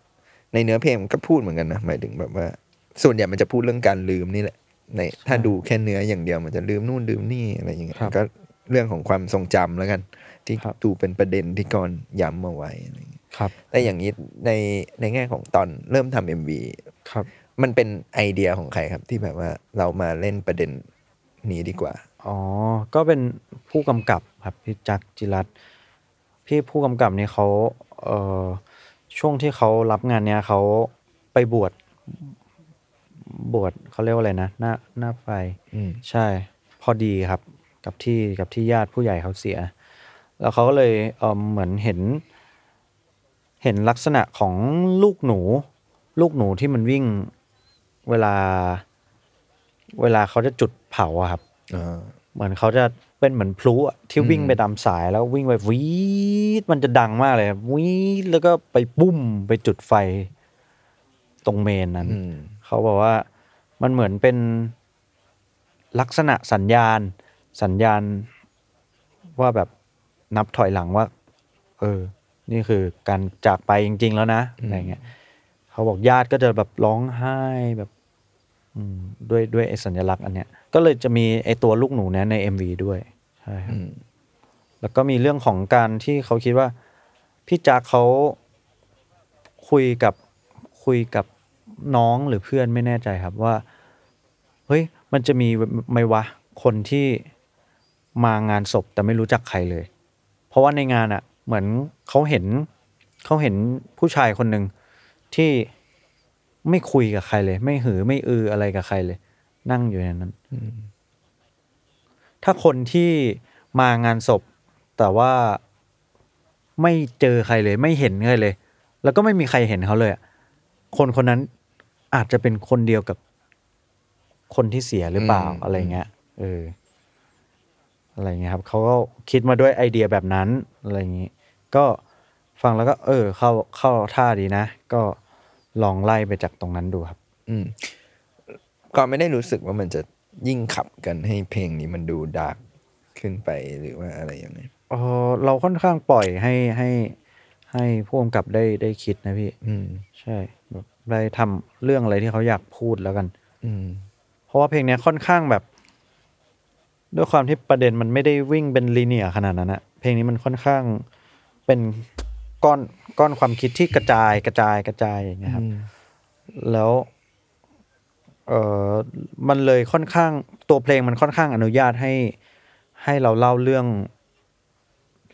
[SPEAKER 2] ในเนื้อเพลงมันก็พูดเหมือนกันนะหมายถึงแบบว่า ส่วนใหญ่มันจะพูดเรื่องการลืมนี่แหละในถ้าดูแค่เนื้ออย่างเดียวมันจะลืมนู่นลืมนี่อะไรอย่างเงี้ย
[SPEAKER 3] ครับ
[SPEAKER 2] ก็เรื่องของความทรงจำแล้วกัน ที่
[SPEAKER 3] ครับ
[SPEAKER 2] ดูเป็นประเด็นที่ก่อนย้ำมาไว้อะไรอย่างเงี้ย
[SPEAKER 3] ครับ
[SPEAKER 2] แต่อย่างนี้ในในแง่ของตอนเริ่มทำเอ็มวี
[SPEAKER 3] ครับ
[SPEAKER 2] มันเป็นไอเดียของใครครับ ที่แบบว่าเรามาเล่นประเด็นนี้ดีกว่า
[SPEAKER 3] อ๋อ ก็เป็นผู้กำกับครับพี่จักรจิรัตน์พี่ผู้กำกับนี่เขาเอ่อช่วงที่เขารับงานเนี้ยเขาไปบวชบวชเขาเรียกว่าอะไรนะหน้าหน้าไฟ
[SPEAKER 2] อืม
[SPEAKER 3] ใช่ พอดีครับกับที่กับที่ญาติผู้ใหญ่เขาเสีย แล้วเขาก็เลยเออเหมือนเห็น เห็นลักษณะของลูกหนู ลูกหนูที่มันวิ่งเวลา เวลาเขาจะจุดเผาอะครับ
[SPEAKER 2] อ่า
[SPEAKER 3] เหมือนเขาจะเป็นเหมือนพลุอะที่วิ่งไปตามสายแล้ววิ่งไปวีดมันจะดังมากเลยวีดแล้วก็ไปปุ้มไปจุดไฟตรงเมนนั้น
[SPEAKER 2] อืม
[SPEAKER 3] เขาบอกว่ามันเหมือนเป็นลักษณะสัญญาณ สัญญาณว่าแบบนับถอยหลังว่า เออ นี่คือการจากไปจริง ๆ แล้วนะอะไรเงี้ยเขาบอกญาติก็จะแบบร้องไห้แบบ อืมด้วยด้วยไอ้สัญลักษณ์อันเนี้ยก็เลยจะมีไอ้ตัวลูกหนูเนี้ยใน MV ด้วยใช่ครับ
[SPEAKER 2] อืม
[SPEAKER 3] แล้วก็มีเรื่องของการที่เขาคิดว่า พี่จักเขาคุยกับคุยกับน้องหรือเพื่อนไม่แน่ใจครับว่า เฮ้ย มันจะมีไหมวะ คนที่มางานศพแต่ไม่รู้จักใครเลย เพราะว่าในงานอะ่ะ เหมือนเขาเห็นเขาเห็นผู้ชายคนหนึ่งที่ไม่คุยกับใครเลย ไม่หือไม่อืออะไรกับใครเลย นั่งอยู่ในนั้น ถ้าคนที่มางานศพ แต่ว่าไม่เจอใครเลย ไม่เห็นใครเลย แล้วก็ไม่มีใครเห็นเขาเลยอะคนคนนั้นอาจจะเป็นคนเดียวกับคนที่เสียหรือเปล่า
[SPEAKER 2] อืม
[SPEAKER 3] อะไรเงี้ยเออ อะไรเงี้ยครับเขาก็คิดมาด้วยไอเดียแบบนั้นอะไรอย่างนี้ ก็ฟังแล้วก็ เออ เข้าเข้าท่าดีนะ ก็ลองไล่ไปจากตรงนั้นดูครับ
[SPEAKER 2] อืมก็ไม่ได้รู้สึกว่ามันจะยิ่งขับกันให้เพลงนี้มันดูดาร์กขึ้นไปหรือว่าอะไรอย่างนี้
[SPEAKER 3] เออเราค่อนข้างปล่อยให้ให้ให้ผู้กำกับได้ได้คิดนะพี่
[SPEAKER 2] อืม
[SPEAKER 3] ใช่แบบได้ทำเรื่องอะไรที่เขาอยากพูดแล้วกัน
[SPEAKER 2] อืม
[SPEAKER 3] เพราะว่าเพลงเนี้ยค่อนข้างแบบ ด้วยความที่ประเด็นมันไม่ได้วิ่งเป็นลีเนียร์ขนาดนั้นอะเพลงนี้มันค่อนข้างเป็นก้อนก้อนความคิดที่กระจายกระจายกระจายอย่างเงี้ยครับ แล้วเออมันเลยค่อนข้างตัวเพลงมันค่อนข้างอนุญาตให้ให้เราเล่าเรื่อง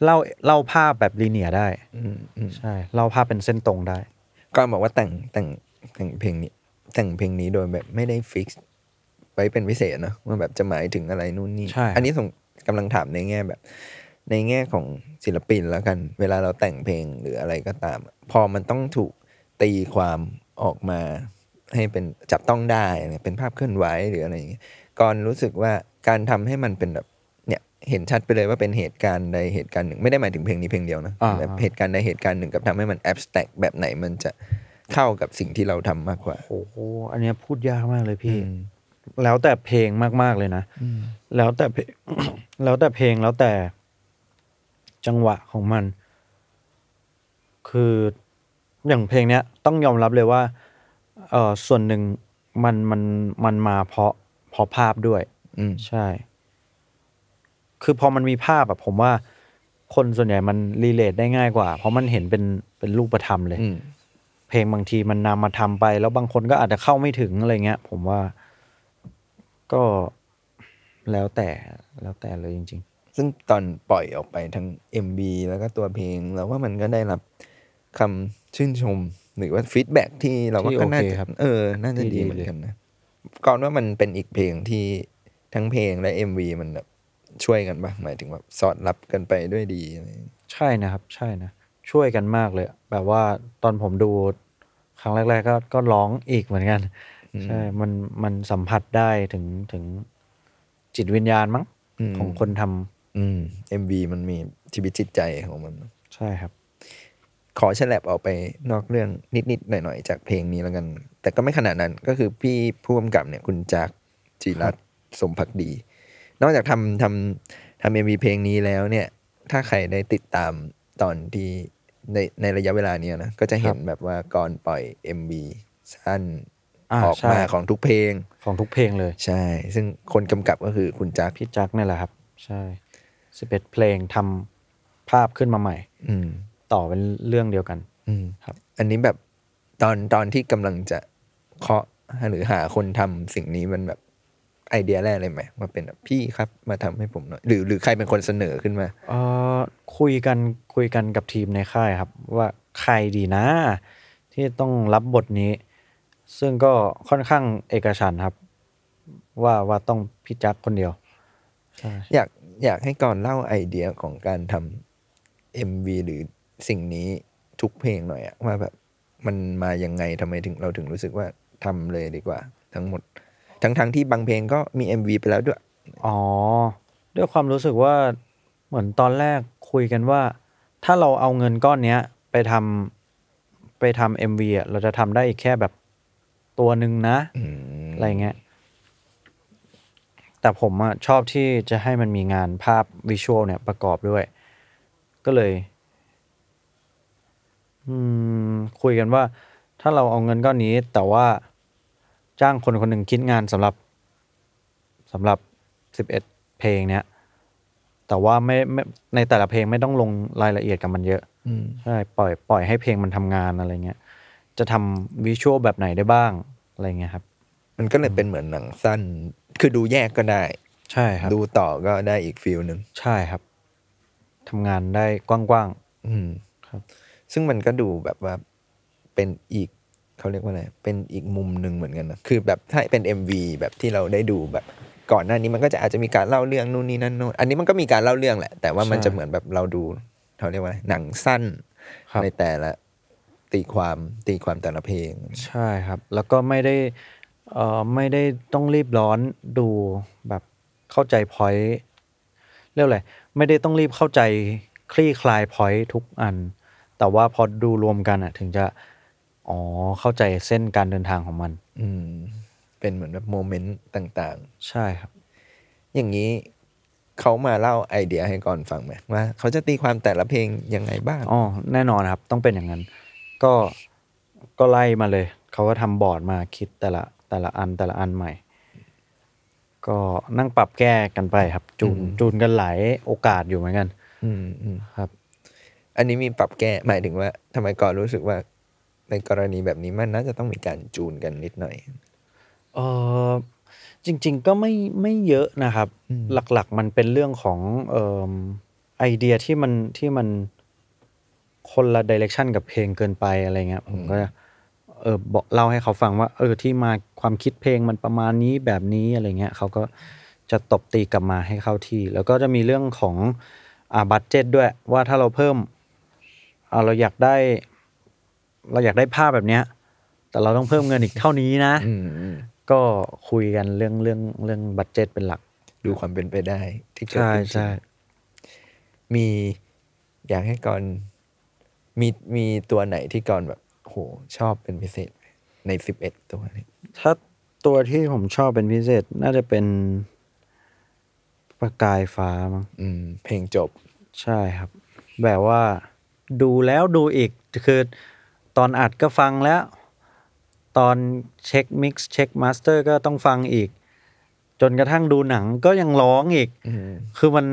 [SPEAKER 3] เล่าเล่าภาพแบบลีเนียร์ได้
[SPEAKER 2] อืมอืม
[SPEAKER 3] ใช่เล่าภาพเป็นเส้นตรงได้
[SPEAKER 2] ก็บอกว่าแต่งแต่งแต่งเพลงนี้ แต่งเพลงนี้โดยแบบไม่ได้ฟิกไว้เป็นพิเศษเนอะว่าแบบจะหมายถึงอะไรนู่นนี่
[SPEAKER 3] ใช่ครับ
[SPEAKER 2] อันนี้ส่งกำลังถามในแง่แบบ ในแง่ของศิลปินแล้วกัน เวลาเราแต่งเพลงหรืออะไรก็ตาม พอมันต้องถูกตีความออกมาให้เป็นจับต้องได้อะไรเป็นภาพเคลื่อนไหวหรืออะไรอย่างเงี้ยก่อนรู้สึกว่าการทำให้มันเป็นแบบ เนี่ยเห็นชัดไปเลยว่าเป็นเหตุการณ์ใดเหตุการณ์หนึ่ง ไม่ได้หมายถึงเพลงนี้เพลงเดียวนะ
[SPEAKER 3] อ่า
[SPEAKER 2] แบบ
[SPEAKER 3] อ่า
[SPEAKER 2] เหตุการณ์ใดเหตุการณ์หนึ่งกับทำให้มันแอบสแต็กแบบไหนมันจะเข้ากับสิ่งที่เราทำมากกว่า
[SPEAKER 3] โอ้โหอันเนี้ยพูดยากมากเลยพี่
[SPEAKER 2] อืม
[SPEAKER 3] แล้วแต่เพลงมากๆเลยนะ แล้วแต่เพลง แล้วแต่เพลงแล้วแต่จังหวะของมัน คืออย่างเพลงเนี้ย ต้องยอมรับเลยว่า เออส่วนหนึ่งมันมันมันมาเพราะเพราะภาพด้วย
[SPEAKER 2] อืม
[SPEAKER 3] ใช่ คือพอมันมีภาพแบบผมว่า คนส่วนใหญ่มันรีเลทได้ง่ายกว่า เพราะมันเห็นเป็นเป็นรูปธรรมเลย
[SPEAKER 2] อืม
[SPEAKER 3] เพลงบางทีมันนำมาทำไป แล้วบางคนก็อาจจะเข้าไม่ถึงอะไรเงี้ย ผมว่าก็แล้วแต่แล้วแต่เลยจริง
[SPEAKER 2] ซึ่งตอนปล่อยออกไปทั้ง MB แล้วก็ตัวเพลงเราว่ามันก็ได้รับคำชื่นชม หรือว่าฟีดแบ็ที่เราว่า
[SPEAKER 3] ที่
[SPEAKER 2] ก็น่า
[SPEAKER 3] โอเค
[SPEAKER 2] จะ
[SPEAKER 3] ครับ
[SPEAKER 2] เออ น่าจะ
[SPEAKER 3] ที่ดี
[SPEAKER 2] ดีเหมือ
[SPEAKER 3] เล
[SPEAKER 2] น
[SPEAKER 3] ย
[SPEAKER 2] กันนะก่อนว่ามันเป็นอีกเพลงที่ทั้งเพลงและ MV มันแบบช่วยกันปะหมายถึงแบบสอดรับกันไปด้วยดีอะไรอย่างเงี้ย
[SPEAKER 3] ใช่นะครับ ใช่นะ ช่วยกันมากเลยอะแบบว่าตอนผมดูครั้งแรก ๆ ก็ก็ร้องอีกเหมือนกัน ใช่มันมันสัมผัสได้ถึงถึงจิตวิญญาณมั้ง
[SPEAKER 2] ม
[SPEAKER 3] ของคนทำ
[SPEAKER 2] อืม MV มันมีชีวิตจิตใจของมัน
[SPEAKER 3] ใช่ครับ
[SPEAKER 2] ขอฉลับออกไปนอกเรื่องนิดๆหน่อยๆ จากเพลงนี้แล้วกัน แต่ก็ไม่ขนาดนั้นก็คือพี่ผู้กำกับเนี่ยคุณจากจีรัตน์สมภักดี นอกจากทำทำทำเอ็มวีเพลงนี้แล้วเนี่ย ถ้าใครได้ติดตามตอนที่ในในระยะเวลาเนี้ยนะ ก็จะเห็นแบบว่าก่อนปล่อย MV สั้น
[SPEAKER 3] อ่า
[SPEAKER 2] ออกมา
[SPEAKER 3] ใช่
[SPEAKER 2] ของทุกเพลง
[SPEAKER 3] ของทุกเพลงเลย
[SPEAKER 2] ใช่ ซึ่งคนกำกับก็คือคุณจักร
[SPEAKER 3] พี่จักเนี่ยแหละครับ ใช่สิบเอ็ดเพลงทำภาพขึ้นมาใหม่
[SPEAKER 2] อืม
[SPEAKER 3] ต่อเป็นเรื่องเดียวกัน
[SPEAKER 2] อืม
[SPEAKER 3] ครับ
[SPEAKER 2] อันนี้แบบตอนตอนที่กำลังจะเคาะหรือหาคนทำสิ่งนี้มันแบบไอเดียแรกเลยไหมว่าเป็นแบบพี่ครับมาทำให้ผมหน่อยหรือหรือใครเป็นคนเสนอขึ้นมา
[SPEAKER 3] เออคุยกันคุยกันกับทีมในค่ายครับ ว่าใครดีนะ ที่ต้องรับบทนี้ ซึ่งก็ค่อนข้างเอกฉันท์ครับ ว่าว่าต้องพี่จักคนเดียวใช่
[SPEAKER 2] อยากอยากให้ก่อนเล่าไอเดียของการทำ MV หรือสิ่งนี้ทุกเพลงหน่อยอะว่าแบบมันมายังไงทำไมถึงเราถึงรู้สึกว่าทำเลยดีกว่า ทั้งหมด ทั้งทั้งที่บางเพลงก็มี MV ไปแล้วด้วย
[SPEAKER 3] อ๋อ ด้วยความรู้สึกว่าเหมือนตอนแรกคุยกันว่า ถ้าเราเอาเงินก้อนเนี้ย ไปทำไปทำเอ็มวีอ่ะเราจะทำได้อีกแค่แบบตัวหนึ่งนะ
[SPEAKER 2] อืม
[SPEAKER 3] อะไรเงี้ย แต่ผมอะชอบที่จะให้มันมีงานภาพวิชวลเนี่ยประกอบด้วย ก็เลย อืม คุยกันว่า ถ้าเราเอาเงินก้อนนี้ แต่ว่าจ้างคนคนหนึ่งคิดงานสำหรับสำหรับสิบเอ็ดเพลงเนี้ย แต่ว่าไม่ไม่ในแต่ละเพลงไม่ต้องลงรายละเอียดกับมันเยอะ
[SPEAKER 2] อืม
[SPEAKER 3] ใช่ปล่อยปล่อยให้เพลงมันทำงานอะไรเงี้ย จะทำวิชวลแบบไหนได้บ้างอะไรเงี้ยครับ
[SPEAKER 2] มันก็เลยเป็นเหมือนหนังสั้น คือดูแยกก็ได้
[SPEAKER 3] ใช่ครับ
[SPEAKER 2] ดูต่อก็ได้อีกฟิลหนึ่ง
[SPEAKER 3] ใช่ครับทำงานได้กว้าง
[SPEAKER 2] อืม
[SPEAKER 3] ครับ
[SPEAKER 2] ซึ่งมันก็ดูแบบว่าเป็นอีกเขาเรียกว่าอะไร เป็นอีกมุมหนึ่งเหมือนกันนะ คือแบบถ้าเป็น MV แบบที่เราได้ดูแบบก่อนหน้านี้มันก็จะอาจจะมีการเล่าเรื่องนู่นนี่นั่นนู่น อันนี้มันก็มีการเล่าเรื่องแหละ แต่ว่ามันจะเหมือนแบบเราดูเขาเรียกว่าอะไรหนังสั้น
[SPEAKER 3] ครับ
[SPEAKER 2] ในแต่ละตีความตีความแต่ละเพลง
[SPEAKER 3] ๆ ใช่ครับ แล้วก็ไม่ได้เอ่อไม่ได้ต้องรีบร้อนดูแบบเข้าใจพอยต์เรียกอะไรไม่ได้ต้องรีบเข้าใจคลี่คลายพอยต์ทุกอัน แต่ว่าพอดูรวมกันอ่ะ ถึงจะอ๋อเข้าใจเส้นการเดินทางของมัน
[SPEAKER 2] อืม เป็นเหมือนแบบโมเมนต์ต่างๆ
[SPEAKER 3] ใช่ครับ
[SPEAKER 2] อย่างนี้เขามาเล่าไอเดียให้ก่อนฟังไหมว่าเขาจะตีความแต่ละเพลงยังไงบ้าง
[SPEAKER 3] อ๋อแน่นอนครับ ต้องเป็นอย่างนั้น ก็ก็ไล่มาเลย เขาก็ทำบอร์ดมาคิดแต่ละแต่ละอันแต่ละอันใหม่ ก็นั่งปรับแก้กันไปครับ จูน
[SPEAKER 2] อืม
[SPEAKER 3] จูนกันหลายโอกาสอยู่เหมือนกัน
[SPEAKER 2] อืมอืม
[SPEAKER 3] ครับ
[SPEAKER 2] อันนี้มีปรับแก้หมายถึงว่าทำไมก่อนรู้สึกว่า ในกรณีแบบนี้มันน่าจะต้องมีการจูนกันนิดหน่อย
[SPEAKER 3] เออจริง ๆ ก็ไม่ไม่เยอะนะครับ
[SPEAKER 2] อืม
[SPEAKER 3] หลักๆมันเป็นเรื่องของเอมไอเดียที่มันที่มันคนละดิเรกชันกับเพลงเกินไปอะไรเงี้ยผมก็จะเออบอกเล่าให้เขาฟังว่า เออที่มาความคิดเพลงมันประมาณนี้แบบนี้อะไรเงี้ยเขาก็จะตบตีกลับมาให้เข้าที่ แล้วก็จะมีเรื่องของอ่าบัตเจ็ตด้วยว่าถ้าเราเพิ่มอ่าเราอยากได้ เราอยากได้ภาพแบบเนี้ย แต่เราต้องเพิ่มเงินอีกเท่านี้นะ
[SPEAKER 2] อืมอืม
[SPEAKER 3] ก็คุยกันเรื่องเรื่องเรื่องบัตเจ็ตเป็นหลัก
[SPEAKER 2] ดูความเป็นไปได้ ที่เกิด
[SPEAKER 3] ใช่
[SPEAKER 2] ขึ้นจริง
[SPEAKER 3] ใช่
[SPEAKER 2] มีอยากให้ก่อนมีมีตัวไหนที่ก่อนแบบโหชอบเป็นพิเศษไหมในสิบเอ็ดตัวนี้
[SPEAKER 3] ถ้าตัวที่ผมชอบเป็นพิเศษน่าจะเป็นประกายฟ้ามั้ง
[SPEAKER 2] อืม เพลงจบ
[SPEAKER 3] ใช่ครับ แบบว่าดูแล้วดูอีก คือตอนอัดก็ฟังแล้ว ตอนเช็คมิกซ์เช็คมาสเตอร์ก็ต้องฟังอีก จนกระทั่งดูหนังก็ยังร้องอีก
[SPEAKER 2] อืม
[SPEAKER 3] คือมัน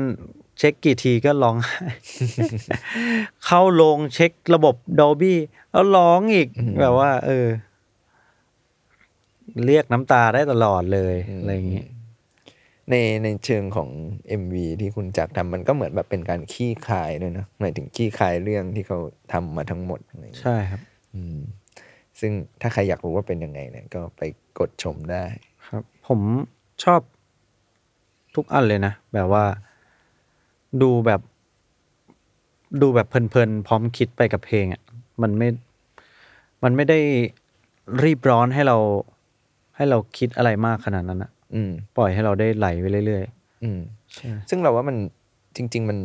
[SPEAKER 3] เช็คกี่ทีก็ร้องไห้ เข้าลงเช็คระบบ Dolby แล้วร้องอีก
[SPEAKER 2] อืม
[SPEAKER 3] แบบว่า เออ เรียกน้ำตาได้ตลอดเลย อะไรอย่างงี้
[SPEAKER 2] ในในเชิงของ MV ที่คุณจักรทำมันก็เหมือนแบบเป็นการขี้คายด้วยนะหมายถึงขี้คายเรื่องที่เขาทำมาทั้งหมดอะไรอย่างเงี้ย
[SPEAKER 3] ใช่ครับ
[SPEAKER 2] อืมซึ่งถ้าใครอยากรู้ว่าเป็นยังไงเนี่ยก็ไปกดชมได้
[SPEAKER 3] ครับ ผมชอบทุกอันเลยนะ แบบว่า ดูแบบ ดูแบบเพลินๆ พร้อมคิดไปกับเพลงอะ่ะมันไม่ มันไม่ได้รีบร้อนให้เรา ให้เราคิดอะไรมากขนาดนั้นอะ
[SPEAKER 2] อืม
[SPEAKER 3] ปล่อยให้เราได้ไหลไปเรื่อย
[SPEAKER 2] อืม
[SPEAKER 3] ๆใช่
[SPEAKER 2] ซึ่งเราว่ามันจริง ๆ มัน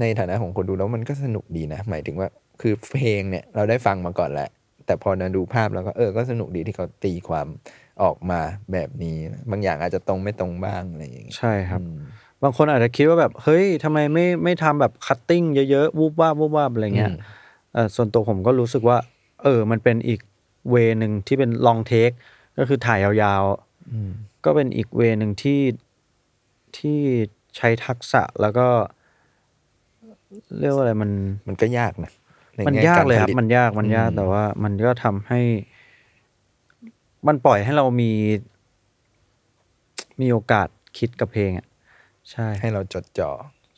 [SPEAKER 2] ในฐานะของคนดูแล้วมันก็สนุกดีนะ หมายถึงว่าคือเพลงเนี่ยเราได้ฟังมาก่อนแหละ แต่พอมาดูภาพแล้วก็เออก็สนุกดีที่เขาตีความออกมาแบบนี้ บางอย่างอาจจะตรงไม่ตรงบ้างอะไรอย่างเงี้ย
[SPEAKER 3] ใช่ครับ
[SPEAKER 2] อืม
[SPEAKER 3] บางคนอาจจะคิดว่าแบบ เฮ้ยทำไมไม่ไม่ทำแบบคัตติ้งเยอะๆ วูบวาบวูบวาบอะไรเงี้ยเอ่อส่วนตัวผมก็รู้สึกว่า เออ มันเป็นอีกเวหนึ่งที่เป็นลองเทค ก็คือถ่ายยาว
[SPEAKER 2] อืม
[SPEAKER 3] ๆ ก็เป็นอีกเวหนึ่งที่ที่ใช้ทักษะแล้วก็ เรียกว่าอะไรมัน
[SPEAKER 2] มันก็ยากนะ
[SPEAKER 3] มัน
[SPEAKER 2] ใแง่
[SPEAKER 3] ยากเลยครับ
[SPEAKER 2] ผต
[SPEAKER 3] มันยากมันยาก
[SPEAKER 2] อืม
[SPEAKER 3] แต่ว่า มันก็ทำให้ มันปล่อยให้เรามี มีโอกาสคิดกับเพลงอ่ะใช่
[SPEAKER 2] ให้เราจดจ่อ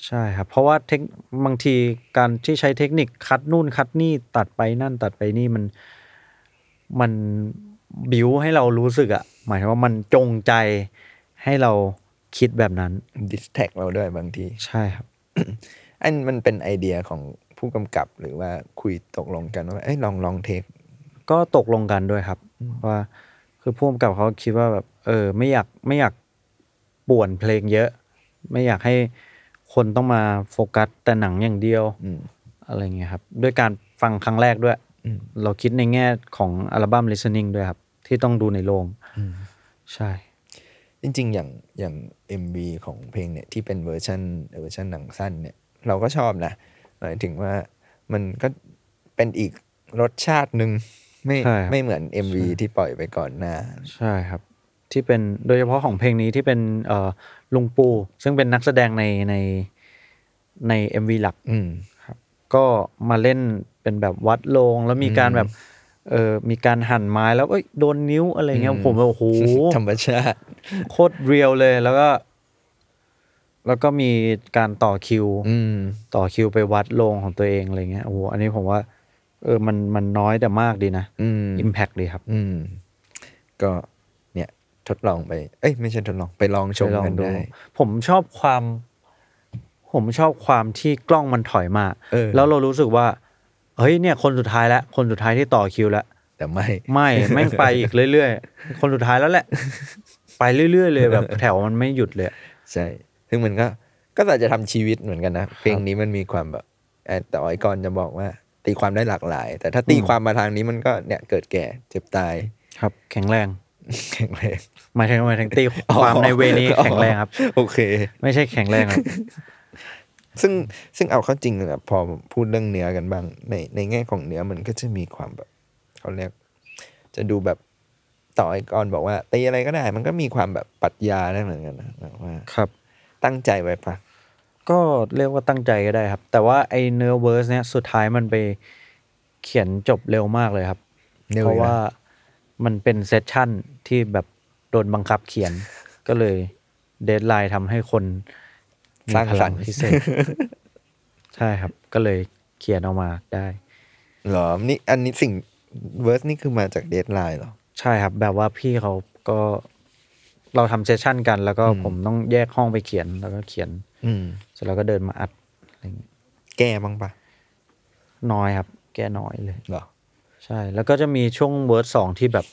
[SPEAKER 3] ใช่ครับ เพราะว่าเทคบางทีการที่ใช้เทคนิคคัดนู่นคัดนี่ตัดไปนั่นตัดไปนี่มัน มันบิวให้เรารู้สึกอะหมายถึงว่ามันจงใจให้เราคิดแบบนั้น
[SPEAKER 2] ดิสแท็กเราด้วยบางที
[SPEAKER 3] ใช่ครับ
[SPEAKER 2] อันมันเป็นไอเดียของผู้กำกับหรือว่าคุยตกลงกันว่าเอ้ยลองลองเทค
[SPEAKER 3] ก็ตกลงกันด้วยครับ ว่า คือพ่วงกับเขาคิดว่าแบบ เออ ไม่อยากไม่อยากป่วนเพลงเยอะ ไม่อยากให้คนต้องมาโฟกัสแต่หนังอย่างเดียว
[SPEAKER 2] อืม
[SPEAKER 3] อะไรเงี้ยครับ ด้วยการฟังครั้งแรกด้วย
[SPEAKER 2] อืม
[SPEAKER 3] เราคิดในแง่ของอัลบั้ม listening ด้วยครับ ที่ต้องดูในโรง
[SPEAKER 2] อืม
[SPEAKER 3] ใช่
[SPEAKER 2] จริงๆ อย่างอย่าง MV ของเพลงเนี่ยที่เป็นเวอร์ชันเวอร์ชันหนังสั้นเนี่ยเราก็ชอบนะหมายถึงว่ามันก็เป็นอีกรสชาติหนึ่งไม่
[SPEAKER 3] ใช่ครับ
[SPEAKER 2] ไม่เหมือน MV ที่ปล่อยไปก่อนหน้า
[SPEAKER 3] ใช่ครับ ที่เป็นโดยเฉพาะของเพลงนี้ที่เป็นเอ่อลุงปู ซึ่งเป็นนักแสดงในในใน MV หลัก
[SPEAKER 2] อืม
[SPEAKER 3] ก็มาเล่นเป็นแบบวัดโลง แล้วมีการแบบเออมีการหั่นไม้แล้วเอ้ยโดนนิ้วอะไรเงี้ย
[SPEAKER 2] อืม
[SPEAKER 3] ผมแบบโอ้โห
[SPEAKER 2] ธรรมชาติ
[SPEAKER 3] โคตรเรียวเลยแล้วก็ แล้วก็มีการต่อคิว
[SPEAKER 2] อืม
[SPEAKER 3] ต่อคิวไปวัดโรงของตัวเองอะไรเงี้ยโอ้โหอันนี้ผมว่า เออมันมันน้อยแต่มากดีนะ
[SPEAKER 2] อืม
[SPEAKER 3] อิมแพ t ดีครับ
[SPEAKER 2] อืม ก็เนี่ยทดลองไป เอ้ย ไม่ใช่ทดลองไปลองชม
[SPEAKER 3] ไปลอง
[SPEAKER 2] กัน
[SPEAKER 3] ดู
[SPEAKER 2] ได้
[SPEAKER 3] ผมชอบความ ผมชอบความที่กล้องมันถอยมา
[SPEAKER 2] เออ
[SPEAKER 3] แล้วเรารู้สึกว่า เฮ้ยเนี่ย คนสุดท้ายแล้ว คนสุดท้ายที่ต่อคิวแล้ว
[SPEAKER 2] แต่ไม่
[SPEAKER 3] ไม่ แม่งไปอีกเรื่อยๆ คนสุดท้ายแล้วแหละ ไปเรื่อยๆเลยแบบแถวมันไม่หยุดเลย
[SPEAKER 2] ใช่ซึ่งมันก็ก็อาจจะทำชีวิตเหมือนกันนะ เพลงนี้มันมีความแบบเอ่อแต่อไอยกรจะบอกว่า ตีความได้หลากหลาย แต่ถ้าตีความมาทางนี้มันก็เนี่ยเกิดแก่เจ็บตาย
[SPEAKER 3] ครับ แข็งแรง
[SPEAKER 2] แข็งแรง
[SPEAKER 3] หมายถึงหมายถึงตีความในเวนี้แข็งแรงครับ
[SPEAKER 2] โอเค
[SPEAKER 3] ไม่ใช่แข็งแรงครับ
[SPEAKER 2] ซึ่งซึ่งเอาเข้าจริงแบบพอพูดเรื่องเนื้อกันบ้าง ในในแง่ของเนื้อมันก็จะมีความแบบเขาเรียก จะดูแบบต่อไอกรบอกว่าตีอะไรก็ได้ มันก็มีความแบบปรัชญาได้เหมือนกันนะแบบว่า
[SPEAKER 3] ครับ
[SPEAKER 2] ตั้งใจไว้ปะ
[SPEAKER 3] ก็เรียกว่าตั้งใจก็ได้ครับ แต่ว่าไอเนื้อเวอร์สเนี่ยสุดท้ายมันไปเขียนจบเร็วมากเลยครับ
[SPEAKER 2] นี่ย
[SPEAKER 3] เพราะว่ามันเป็นเซสชั่นที่แบบโดนบังคับเขียน ก็เลยเดทไลน์ทำให้คนมี
[SPEAKER 2] สร้าง
[SPEAKER 3] พ
[SPEAKER 2] สร
[SPEAKER 3] ลั
[SPEAKER 2] รค์
[SPEAKER 3] พิเศษ ใช่ครับ ก็เลยเขียนออกมาได้
[SPEAKER 2] หรอนี่อันนี้สิ่งเวิร์สนี่คือมาจากเดทไลน์หรอ
[SPEAKER 3] ใช่ครับ แบบว่าพี่เขาก็เราทำเซสชั่นกัน แล้วก็
[SPEAKER 2] อืม
[SPEAKER 3] ผมต้องแยกห้องไปเขียน แล้วก็เขียน
[SPEAKER 2] อืม
[SPEAKER 3] เสร็จแล้วก็เดินมาอัดอะไรอย่างเงี้ย
[SPEAKER 2] แก้บ้างปะ
[SPEAKER 3] น้อยครับ แกน้อยเลย
[SPEAKER 2] หรอ
[SPEAKER 3] ใช่ แล้วก็จะมีช่วงเวิร์ดสองที่แบบ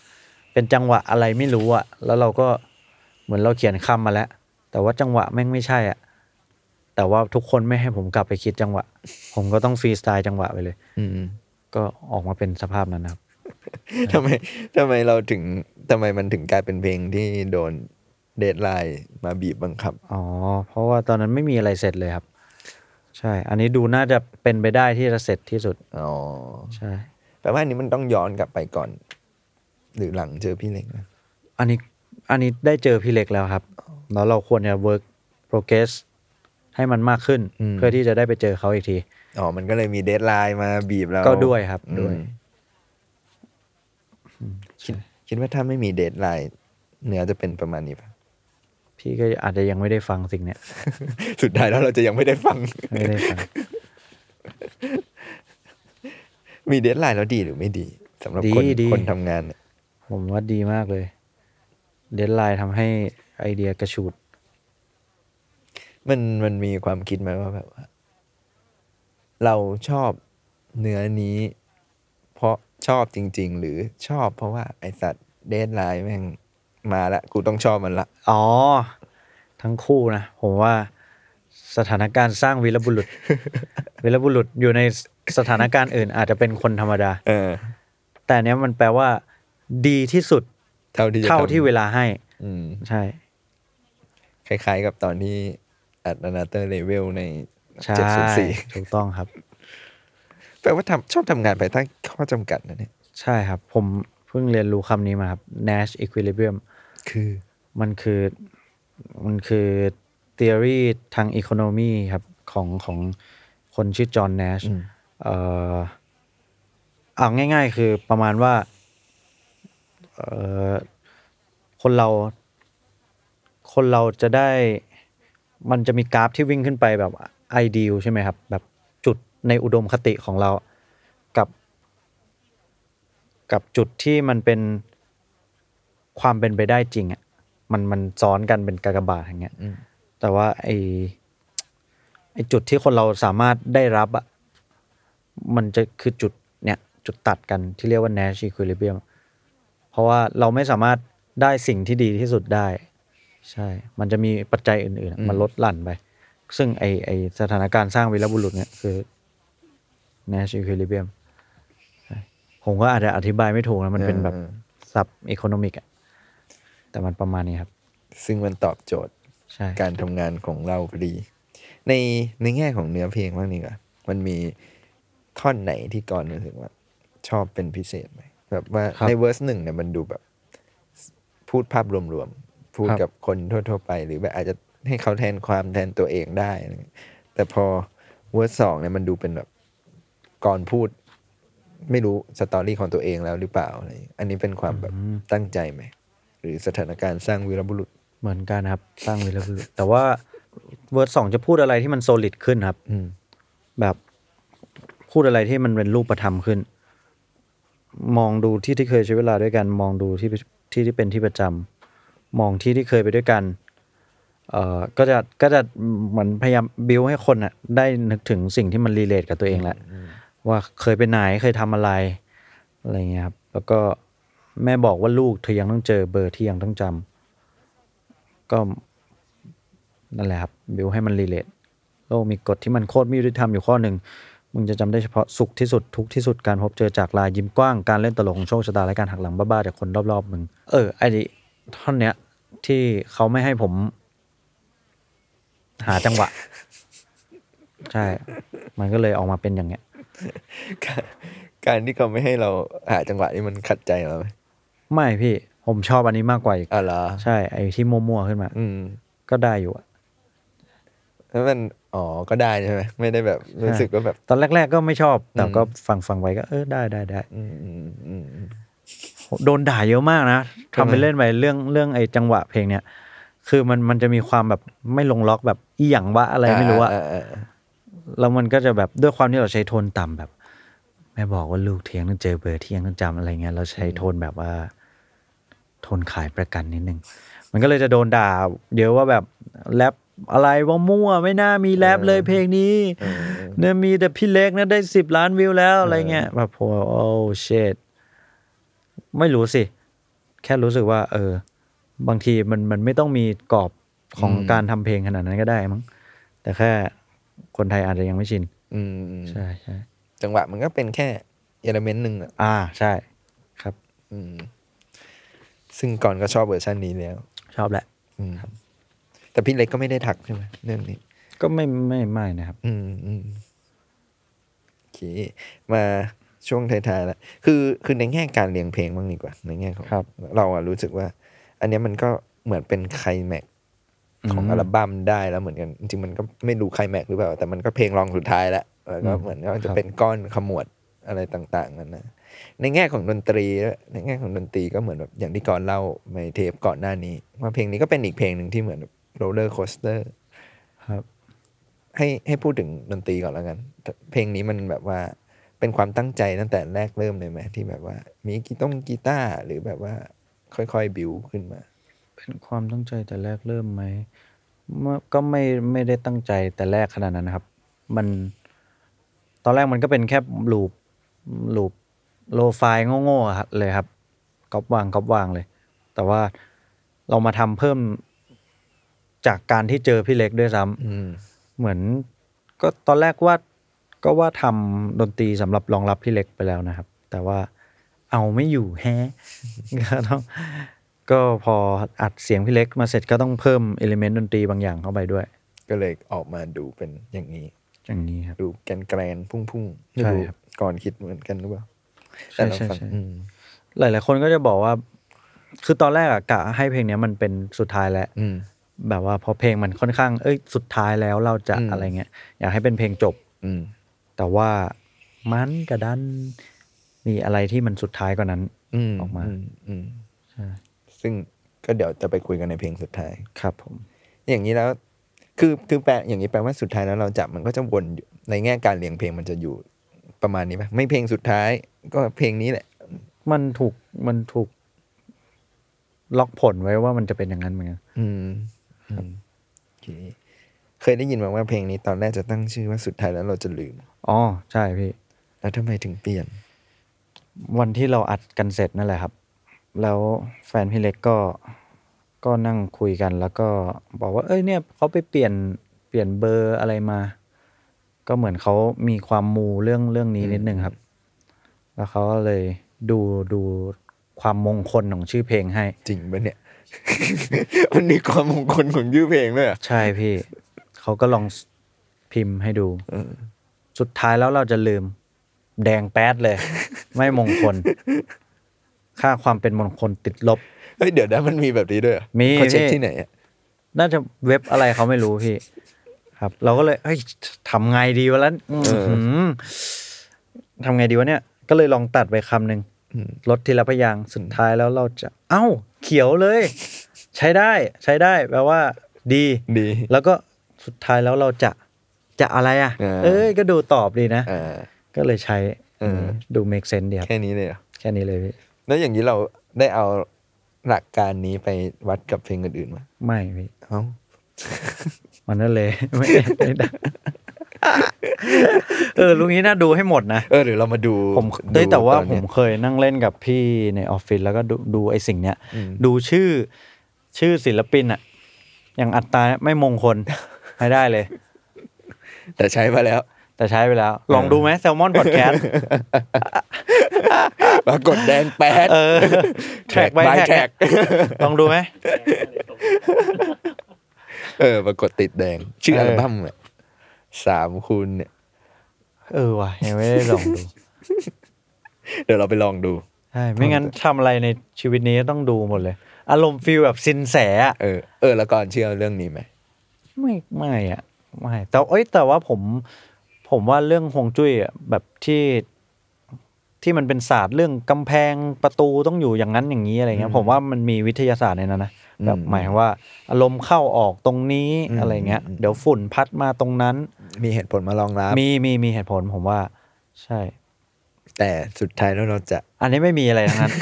[SPEAKER 3] เป็นจังหวะอะไรไม่รู้อะแล้วเราก็เหมือนเราเขียนคำมาแล้ว แต่ว่าจังหวะแม่งไม่ใช่อะแต่ว่าทุกคนไม่ให้ผมกลับไปคิดจังหวะ ผมก็ต้องฟรีสไตล์จังหวะไปเลย
[SPEAKER 2] อืม
[SPEAKER 3] ก็ออกมาเป็นสภาพนั้นนะครับ
[SPEAKER 2] ทำไมทำไมเราถึงทำไมมันถึงกลายเป็นเพลงที่โดนเดทไลน์มาบีบบังคับ
[SPEAKER 3] อ๋อ เพราะว่าตอนนั้นไม่มีอะไรเสร็จเลยครับ ใช่ อันนี้ดูน่าจะเป็นไปได้ที่จะเสร็จที่สุด
[SPEAKER 2] อ๋อ
[SPEAKER 3] ใช่
[SPEAKER 2] แปลว่าอันนี้มันต้องย้อนกลับไปก่อน หรือหลังเจอพี่เล็กนะ
[SPEAKER 3] อันนี้อันนี้ได้เจอพี่เล็กแล้วครับ แล้วเราควรจะ work progress ให้มันมากขึ้น เพื่อที่จะได้ไปเจอเขาอีกที
[SPEAKER 2] อ๋อ มันก็เลยมีเดทไลน์มาบีบเรา
[SPEAKER 3] ก็ด้วยครับ
[SPEAKER 2] อืม
[SPEAKER 3] ด้วย
[SPEAKER 2] คิดคิดว่าถ้าไม่มีเดทไลน์เนื้อจะเป็นประมาณนี้ปะ
[SPEAKER 3] พี่ก็อาจจะยังไม่ได้ฟังสิ่งเนี้ย
[SPEAKER 2] สุดท้ายแล้วเราจะยังไม่ได้ฟัง
[SPEAKER 3] ไม่ได้ฟัง
[SPEAKER 2] มีเดทไลน์แล้วดีหรือไม่ดีสำหรับ
[SPEAKER 3] ดี
[SPEAKER 2] คน
[SPEAKER 3] ดี
[SPEAKER 2] คนทำงานเนี่ย
[SPEAKER 3] ผมว่าดีมากเลย เดนไลน์ทำให้ไอเดียกระชูด
[SPEAKER 2] มันมันมีความคิดไหมว่าแบบว่าเราชอบเนื้อนี้ เพราะชอบจริง ๆ หรือชอบเพราะว่าไอสัตว์เดทไลน์แม่งมาละกูต้องชอบมันละ
[SPEAKER 3] อ๋อ ทั้งคู่นะ ผมว่าสถานการณ์สร้างวีรบุรุษ วีรบุรุษอยู่ในสถานการณ์อื่น อาจจะเป็นคนธรรมดา
[SPEAKER 2] เออ
[SPEAKER 3] แต่อันเนี้ยมันแปลว่า ดีที่สุด
[SPEAKER 2] เท่าที่จะ
[SPEAKER 3] เท่าที่เว
[SPEAKER 2] ท
[SPEAKER 3] ลาให้
[SPEAKER 2] ำอืม
[SPEAKER 3] ใช่
[SPEAKER 2] คล้ายๆกับตอนที่อัดนาเตอร์เลเวลใน
[SPEAKER 3] ใช่
[SPEAKER 2] เจ็ดศูนย์สี่
[SPEAKER 3] ถูกต้องครับ
[SPEAKER 2] แปลว่าทำชอบทำงานไปตั้งข้อจำกัดนะเนี่ย
[SPEAKER 3] ใช่ครับ ผมเพิ่งเรียนรู้คำนี้มาครับ Nash Equilibrium
[SPEAKER 2] คือ
[SPEAKER 3] มันคือมันคือ theory ทางอีโคโนมีครับ ของของคนชื่อจอห์นแนช
[SPEAKER 2] อืม
[SPEAKER 3] เอ่อเอาง่ายๆ คือประมาณว่าเอ่อคนเรา คนเราจะได้ มันจะมีกราฟที่วิ่งขึ้นไปแบบไอเดียใช่ไหมครับ แบบจุดในอุดมคติของเรากับ กับจุดที่มันเป็นความเป็นไปได้จริงอะ่ะมันมันซ้อนกันเป็นกากบาทอย่างเงี้ย
[SPEAKER 2] อืม
[SPEAKER 3] แต่ว่าไอไอจุดที่คนเราสามารถได้รับอะ่ะมันจะคือจุดเนี่ยจุดตัดกันที่เรียกว่า Nash Equilibrium เพราะว่าเราไม่สามารถได้สิ่งที่ดีที่สุดได้ ใช่ มันจะมีปัจจัยอื่นๆอะมันลดหลั่นไป ซึ่งไอไอสถานการณ์สร้างวีรบุรุษเนี่ยคือ Nash Equilibrium ใช่ผมก็อาจจะอธิบายไม่ถูกนะ มันเป็นแบบ
[SPEAKER 2] เออ
[SPEAKER 3] ซับอีโคโนมิกอะแต่มันประมาณนี้ครับ
[SPEAKER 2] ซึ่งมันตอบโจทย์
[SPEAKER 3] ใช่
[SPEAKER 2] การทำงานของเราพอดี ในในแง่ของเนื้อเพลงบ้างนี่ก่อนมันมีท่อนไหนที่ก่อนรู้สึกว่า ชอบเป็นพิเศษไหมแบบว่า
[SPEAKER 3] ครับ
[SPEAKER 2] ในเวอร์สหนึ่งเนี่ยมันดูแบบ พูดภาพรวมๆ พูด
[SPEAKER 3] ครับ
[SPEAKER 2] กับคนทั่วๆไป หรือแบบอาจจะให้เขาแทนความแทนตัวเองได้อะไรเงี้ยแต่พอเวอร์สสองเนี่ยมันดูเป็นแบบก่อนพูด ไม่รู้สตอรี่ของตัวเองแล้วหรือเปล่าอะไรอย่างเงี้ยอันนี้เป็นความแบบตั้งใจไหมหรือสถานการณ์สร้างวีรบุรุษ
[SPEAKER 3] เหมือนกันครับ สร้างวีรบุรุษ แต่ว่าเวอร์สองจะพูดอะไรที่มันโซลิดขึ้นครับ
[SPEAKER 2] อืม
[SPEAKER 3] แบบพูดอะไรที่มันเป็นรูปธรรมขึ้น มองดูที่ที่เคยใช้เวลาด้วยกัน มองดูที่ที่ที่เป็นที่ประจำมองที่ที่เคยไปด้วยกัน เอ่อก็จะก็จะเหมือนพยายามบิวให้คนอ่ะ ได้นึกถึงสิ่งที่มันรีเลทกับตัวเองแหละว่าเคยไปไหนเคยทำอะไรอะไรเงี้ยครับ แล้วก็แม่บอกว่าลูกเธอยังต้องเจอเบอร์ที่ยังต้องจำก็นั่นแหละครับบิวให้มันรีเลท โลกมีกฎที่มันโคตรไม่ยุติธรรมอยู่ข้อหนึ่ง มึงจะจำได้เฉพาะสุขที่สุดทุกข์ที่สุดการพบเจอจากลายยิ้มกว้างการเล่นตลกของโชคชะตาและการหักหลังบ้าๆจากคนรอบๆมึง เออ ไอ้ดิท่อนเนี้ย ที่เขาไม่ให้ผม หาจังหวะ ใช่ มันก็เลยออกมาเป็นอย่างเงี้ย
[SPEAKER 2] การการที่เขาไม่ให้เราหาจังหวะนี่มันขัดใจเราไหม
[SPEAKER 3] ไม่พี่ ผมชอบอันนี้มากกว่าอีก
[SPEAKER 2] อ๋อเหรอ
[SPEAKER 3] ใช่ไอ้ที่มั่วๆขึ้นมา
[SPEAKER 2] อืม
[SPEAKER 3] ก็ได้อยู่อะ
[SPEAKER 2] แล้วมันอ๋อก็ได้ใช่ไหมไม่ได้แบบรู้สึกว่าแบบ
[SPEAKER 3] ตอนแรก ๆ ก็ไม่ชอบแต่ก็ฟังฟังๆไว้ก็เออได้ได้ได้
[SPEAKER 2] อืมอืมอืมอืม
[SPEAKER 3] โดนด่าเยอะมากนะ
[SPEAKER 2] ทำ
[SPEAKER 3] ทำ
[SPEAKER 2] ไม
[SPEAKER 3] ไปเล่นไปเรื่องเรื่องไอ้จังหวะเพลงเนี่ย คือมันมันจะมีความแบบไม่ลงล็อกแบบอีหยังวะอะไรไม่รู้อะ
[SPEAKER 2] อ่าอ่าอ่า
[SPEAKER 3] แล้วมันก็จะแบบด้วยความที่เราใช้โทนต่ำแบบ แม่บอกว่าลูกเทียงต้องเจอเบอร์เที่ยงต้องจำอะไรเงี้ยเราใช้โทนแบบว่า โทนขายประกันนิดนึง มันก็เลยจะโดนด่าเยอะว่าแบบแรปอะไรว่ามั่วไม่น่ามีแรปเลยเพลงนี้
[SPEAKER 2] เออเออ
[SPEAKER 3] เนี่ยมีแต่พี่เล็กนะได้สิบล้านวิวแล้วอะไรเงี้ยแบบโอ้โอ้เชดไม่รู้สิ แค่รู้สึกว่า เออ บางทีมันมันไม่ต้องมีกรอบของการทำเพลงขนาดนั้นก็ได้มั้งแต่แค่คนไทยอาจจะยังไม่ชิน
[SPEAKER 2] อืมอืม
[SPEAKER 3] ใช่ใช่
[SPEAKER 2] จังหวะมันก็เป็นแค่เอลเมนต์หนึ่งอะ
[SPEAKER 3] อ่าใช่ครับ
[SPEAKER 2] อืม ซึ่งก่อนก็ชอบเวอร์ชันนี้แล้ว
[SPEAKER 3] ชอบแหละ
[SPEAKER 2] อืมแต่พี่เล็กก็ไม่ได้ทักใช่ไหมเรื่องนี้
[SPEAKER 3] ก็ไม่ไม่ไม่นะครับ
[SPEAKER 2] อืมอืมโอเค มาช่วงท้ายๆแล้วคือคือในแง่การเรียงเพลงบ้างดีกว่า ในแง่ของ
[SPEAKER 3] ครับ
[SPEAKER 2] เราอะรู้สึกว่า อันเนี้ยมันก็เหมือนเป็นไคลแม็กซ์ของ
[SPEAKER 3] อืม
[SPEAKER 2] อัลบั้มได้แล้วเหมือนกัน จริงๆมันก็ไม่รู้ไคลแม็กซ์หรือเปล่า แต่มันก็เพลงรองสุดท้ายแล้วแล้วก็
[SPEAKER 3] อืม
[SPEAKER 2] เหมือนก็จะ
[SPEAKER 3] ครับ
[SPEAKER 2] เป็นก้อนขมวด อะไรต่างๆนั้นนะในแง่ของดนตรีด้วยในแง่ของดนตรีก็เหมือนแบบอย่างที่ก่อนเล่าในเทปก่อนหน้านี้ว่าเพลงนี้ก็เป็นอีกเพลงหนึ่งที่เหมือนโรลเลอร์โคสเตอร์
[SPEAKER 3] ครับ
[SPEAKER 2] ให้ให้พูดถึงดนตรีก่อนแล้วกัน เพลงนี้มันแบบว่าเป็นความตั้งใจตั้งแต่แรกเริ่มเลยไหมที่แบบว่า มีกีต้งกีตาร์หรือแบบว่าค่อยๆบิวขึ้นมา
[SPEAKER 3] เป็นความตั้งใจแต่แรกเริ่มไหมมะก็ไม่ไม่ได้ตั้งใจแต่แรกขนาดนั้นนะครับ มัน ตอนแรกมันก็เป็นแค่ลูปลูปโลไฟล์โง่ๆครับเลยครับก๊อปวางก๊อปวางเลย แต่ว่าเรามาทำเพิ่มจากการที่เจอพี่เล็กด้วยซ้ำ
[SPEAKER 2] อืม
[SPEAKER 3] เหมือนก็ตอนแรกว่าก็ว่าทำดนตรีสำหรับรองรับพี่เล็กไปแล้วนะครับ แต่ว่าเอาไม่อยู่แฮะ ก็ต้องก็พออัดเสียงพี่เล็กมาเสร็จก็ต้องเพิ่มเอลิเมนต์ดนตรีบางอย่างเข้าไปด้วย
[SPEAKER 2] ก็เลยออกมาดูเป็นอย่างนี้
[SPEAKER 3] อย่างนี้ครับ
[SPEAKER 2] ดูแกนแกรนๆพุ่งๆไม่
[SPEAKER 3] ใช่
[SPEAKER 2] รู้
[SPEAKER 3] ครับ
[SPEAKER 2] ก่อนคิดเหมือนกันหรือเปล่าแต่
[SPEAKER 3] ใช่
[SPEAKER 2] เรา
[SPEAKER 3] ใช่
[SPEAKER 2] ฟัง
[SPEAKER 3] ใช่
[SPEAKER 2] อืม
[SPEAKER 3] หลาย ๆ คนก็จะบอกว่า คือตอนแรกอะกะให้เพลงเนี้ยมันเป็นสุดท้ายแล้ว
[SPEAKER 2] อืม
[SPEAKER 3] แบบว่าพอเพลงมันค่อนข้าง เอ้ยสุดท้ายแล้วเราจะ
[SPEAKER 2] อืม
[SPEAKER 3] อะไรเงี้ยอยากให้เป็นเพลงจบ
[SPEAKER 2] อืม
[SPEAKER 3] แต่ว่ามันกระดันมีอะไรที่มันสุดท้ายกว่านั้น
[SPEAKER 2] อืม
[SPEAKER 3] ออกมา
[SPEAKER 2] อืม
[SPEAKER 3] ใช่
[SPEAKER 2] ซึ่งก็เดี๋ยวจะไปคุยกันในเพลงสุดท้าย
[SPEAKER 3] ครับผม
[SPEAKER 2] อย่างนี้แล้ว คือคือแปลอย่างนี้แปลว่าสุดท้ายแล้วเราจับมันก็จะวนอยู่ในแง่การเรียงเพลงมันจะอยู่ประมาณนี้ไหมไม่เพลงสุดท้าย ก็เพลงนี้แหละ
[SPEAKER 3] มันถูกมันถูก ล็อกผลไว้ว่ามันจะเป็นอย่างนั้นเหมือนกัน
[SPEAKER 2] อืมอืมโอเคเคยได้ยินมาว่าเพลงนี้ตอนแรกจะตั้งชื่อว่าสุดท้ายแล้วเราจะลืม
[SPEAKER 3] อ๋อใช่พี่
[SPEAKER 2] แล้วทำไมถึงเปลี่ยน
[SPEAKER 3] วันที่เราอัดกันเสร็จนั่นแหละครับ แล้วแฟนพี่เล็กก็ก็นั่งคุยกัน แล้วก็บอกว่า เอ้ยเนี่ยเขาไปเปลี่ยนเปลี่ยนเบอร์อะไรมา ก็เหมือนเขามีความมูเรื่องเรื่องนี้นิดนึงครับ แล้วเขาก็เลยดูดูความมงคลของชื่อเพลงให้
[SPEAKER 2] จริงปะเนี่ย มันมีความมงคลของยื่อเพลงด้วยเหรอ
[SPEAKER 3] ใช่พี่ เขาก็ลองพิมพ์ให้ดู
[SPEAKER 2] เออ
[SPEAKER 3] สุดท้ายแล้วเราจะลืม แดงแป๊ดเลย ไม่มงคล ค่าความเป็นมงคลติดลบ
[SPEAKER 2] เฮ้ยเดี๋ยวนะมันมีแบบนี้ด้วยเหรอ
[SPEAKER 3] มี
[SPEAKER 2] เขาเช็ค
[SPEAKER 3] พี่
[SPEAKER 2] ที่ไหนอะ
[SPEAKER 3] น่าจะเว็บอะไรเขาไม่รู้พี่ ครับ เราก็เลยเฮ้ยทำไงดีวะแล้วทำไงดีวะเนี่ย ก็เลยลองตัดไปคำหนึ่งลดทีละพยางค์สุดท้ายแล้วเราจะ เอ้า เขียวเลย ใช้ได้ ใช้ได้ แปลว่า ดี
[SPEAKER 2] ดี
[SPEAKER 3] แล้วก็สุดท้ายแล้วเราจะจะอะไรอ่ะ
[SPEAKER 2] า
[SPEAKER 3] เอ้ยก็ดูตอบดีนะ
[SPEAKER 2] อ่า
[SPEAKER 3] ก็เลยใช้
[SPEAKER 2] เออ
[SPEAKER 3] ดู make sense ดีครับ
[SPEAKER 2] แค่นี้เลยเหรอ
[SPEAKER 3] แค่นี้เลยพี่
[SPEAKER 2] แล้วอย่างนี้เราได้เอาหลักการนี้ไปวัดกับเพลงอื่นๆไหม
[SPEAKER 3] ไม่พี่
[SPEAKER 2] เอ้า
[SPEAKER 3] มันนั่นเลย ไม่ไม่ได้เออลุงนี้น่าดูให้หมดนะ
[SPEAKER 2] เออหรือเรามาดู
[SPEAKER 3] ผมเด้ยแต่ว่า
[SPEAKER 2] ตอน
[SPEAKER 3] ผ
[SPEAKER 2] เนี้
[SPEAKER 3] ม
[SPEAKER 2] ย
[SPEAKER 3] เคยนั่งเล่นกับพี่ในออฟฟิศแล้วก็ดูดูไอ้สิ่งเนี้ย
[SPEAKER 2] อืม
[SPEAKER 3] ดูชื่อชื่อศิลปินอะอย่างอัตตราเนี่ยไม่มงค ล ไม่ได้เลย
[SPEAKER 2] แต่ใช้มาแล้ว
[SPEAKER 3] แต่ใช้ไปแล้ว ลองดูไหมแซลมอนพอดแคส
[SPEAKER 2] ปรากฏแดงแปด
[SPEAKER 3] เออแท็กไป
[SPEAKER 2] by
[SPEAKER 3] แท็
[SPEAKER 2] track
[SPEAKER 3] กลองดูไหม
[SPEAKER 2] เออปรากฏติดแดง ชื่อ
[SPEAKER 3] เอ
[SPEAKER 2] อั
[SPEAKER 3] อ
[SPEAKER 2] ล
[SPEAKER 3] อั
[SPEAKER 2] บั้มเนี่ยสามคูณเนี่ย
[SPEAKER 3] เออว่ะยังไม่ได้ลองดู
[SPEAKER 2] เดี๋ยวเราไปลองดู
[SPEAKER 3] ใช่ ไม่งั้นทำอะไรในชีวิตนี้ต้องดูหมดเลย อารมณ์ฟีลแบบสินแสอะ
[SPEAKER 2] เออ เออ แล้วก่อนเชื่อเรื่องนี้ไหม
[SPEAKER 3] ไม่ไม่อะไม่ แต่เอ้ยแต่ว่าผมผมว่าเรื่องฮวงจุ้ยอะแบบที่ที่มันเป็นศาสตร์เรื่องกำแพงประตูต้องอยู่อย่างนั้นอย่างนี้อะไรเงี้ย ผมว่ามันมีวิทยาศาสตร์ในนั้นนะแบบหมายความว่า อารมณ์เข้าออกตรงนี้อะไรเงี้ย เดี๋ยวฝุ่นพัดมาตรงนั้น
[SPEAKER 2] มีเหตุผลมารองรับ
[SPEAKER 3] มีมีมีเหตุผลผมว่า ใช่
[SPEAKER 2] แต่สุดท้ายแล้วเราจะ
[SPEAKER 3] อันนี้ไม่มีอะไร ทั้งนั้น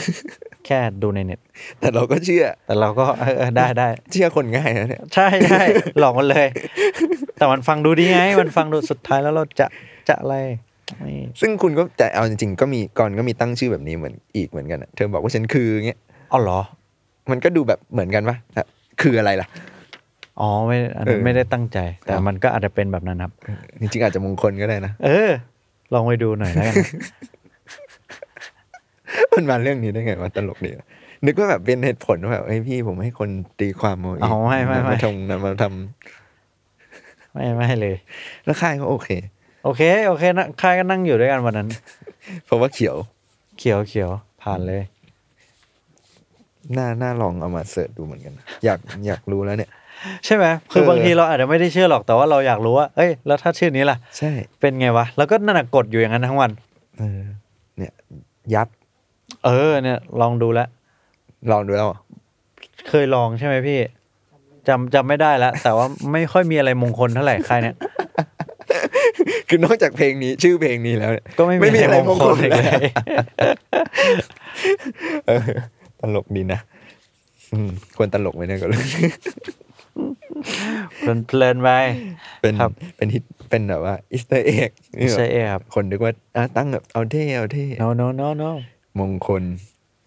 [SPEAKER 3] แค่ดูในเน็ต
[SPEAKER 2] แต่เราก็เชื่อ
[SPEAKER 3] แต่เราก็เออเออได้ได้
[SPEAKER 2] เชื่อคนง่ายนะเนี่ย
[SPEAKER 3] ใช่ใช่ หลอกมันเลย แต่มันฟังดูดีไง มันฟังดูสุดท้ายแล้วเราจะจะอะไรนี่
[SPEAKER 2] ซึ่งคุณก็แต่เอาจริงๆก็มีก่อนก็มีตั้งชื่อแบบนี้เหมือนอีกเหมือนกันอะเธอบอกว่าฉันคือเงี้ย
[SPEAKER 3] อ๋อเหรอ
[SPEAKER 2] มันก็ดูแบบเหมือนกันปะแต่คืออะไรล่ะ
[SPEAKER 3] อ๋อไม่อันนั้น
[SPEAKER 2] เออ
[SPEAKER 3] ไม่ได้ตั้งใจ แต่
[SPEAKER 2] ครับ
[SPEAKER 3] มันก็อาจจะเป็นแบบนั้นครับ
[SPEAKER 2] จริงๆอาจจะมงคลก็ได้นะ
[SPEAKER 3] เออ ลองไปดูหน่อยแล้วกัน
[SPEAKER 2] มันมาเรื่องนี้ได้ไงมันตลกดีอะนึกว่าแบบเป็นเหตุผลว่าแบบเฮ้ยพี่ผมให้คนตีความเอาเอง
[SPEAKER 3] อ๋อไม่ไม่ไม่
[SPEAKER 2] าทำมาท
[SPEAKER 3] ไม่ไม่เลย
[SPEAKER 2] ำแล้วค่ายก็โอเค
[SPEAKER 3] โอเค โอเคนะค่ายก็นั่งอยู่ด้วยกันวันนั้น
[SPEAKER 2] เพราะว่าเขียว
[SPEAKER 3] เขียวเขียวผ่านเลย
[SPEAKER 2] น่าน่าลองเอามาเสิร์ชดูเหมือนกันนะอยากอยากรู้แล้วเนี่ย
[SPEAKER 3] ใช่ไหมคือ
[SPEAKER 2] เออ
[SPEAKER 3] บางทีเราอาจจะไม่ได้เชื่อหรอกแต่ว่าเราอยากรู้ว่าเอ้ยแล้วถ้าชื่อนี้ล่ะ
[SPEAKER 2] ใช่
[SPEAKER 3] เป็นไงวะ แล้วก็นั่นนะกดอยู่อย่างนั้นทั้งวัน
[SPEAKER 2] เออเนี่ยยับ
[SPEAKER 3] เออเนี่ยลองดูแล้ว
[SPEAKER 2] ลองดูแล้วเหรอ
[SPEAKER 3] เคยลองใช่ไหมพี่จำจำไม่ได้แล้ว แต่ว่าไม่ค่อยมีอะไรมงคลเท่าไหร่ค่ายเนี้ย
[SPEAKER 2] คือนอกจากเพลงนี้ชื่อเพลงนี้แล้วเนี่ย
[SPEAKER 3] ก็ไม่
[SPEAKER 2] ไม่มีอะไรมงคล
[SPEAKER 3] อีก
[SPEAKER 2] เล
[SPEAKER 3] เลย ย
[SPEAKER 2] เออตลกดีนะอืมควรตลกไว้ เนี่ยก็เลย
[SPEAKER 3] เพลินๆไป
[SPEAKER 2] เป็น
[SPEAKER 3] ครับ
[SPEAKER 2] เป็นฮิตเป็นแบบว่าอิสเตอร์เอก
[SPEAKER 3] ใช่เอครับ
[SPEAKER 2] คนนึกว่าอ่ะตั้งแบบเอาเท่เอาเท่
[SPEAKER 3] no no no no
[SPEAKER 2] มงคล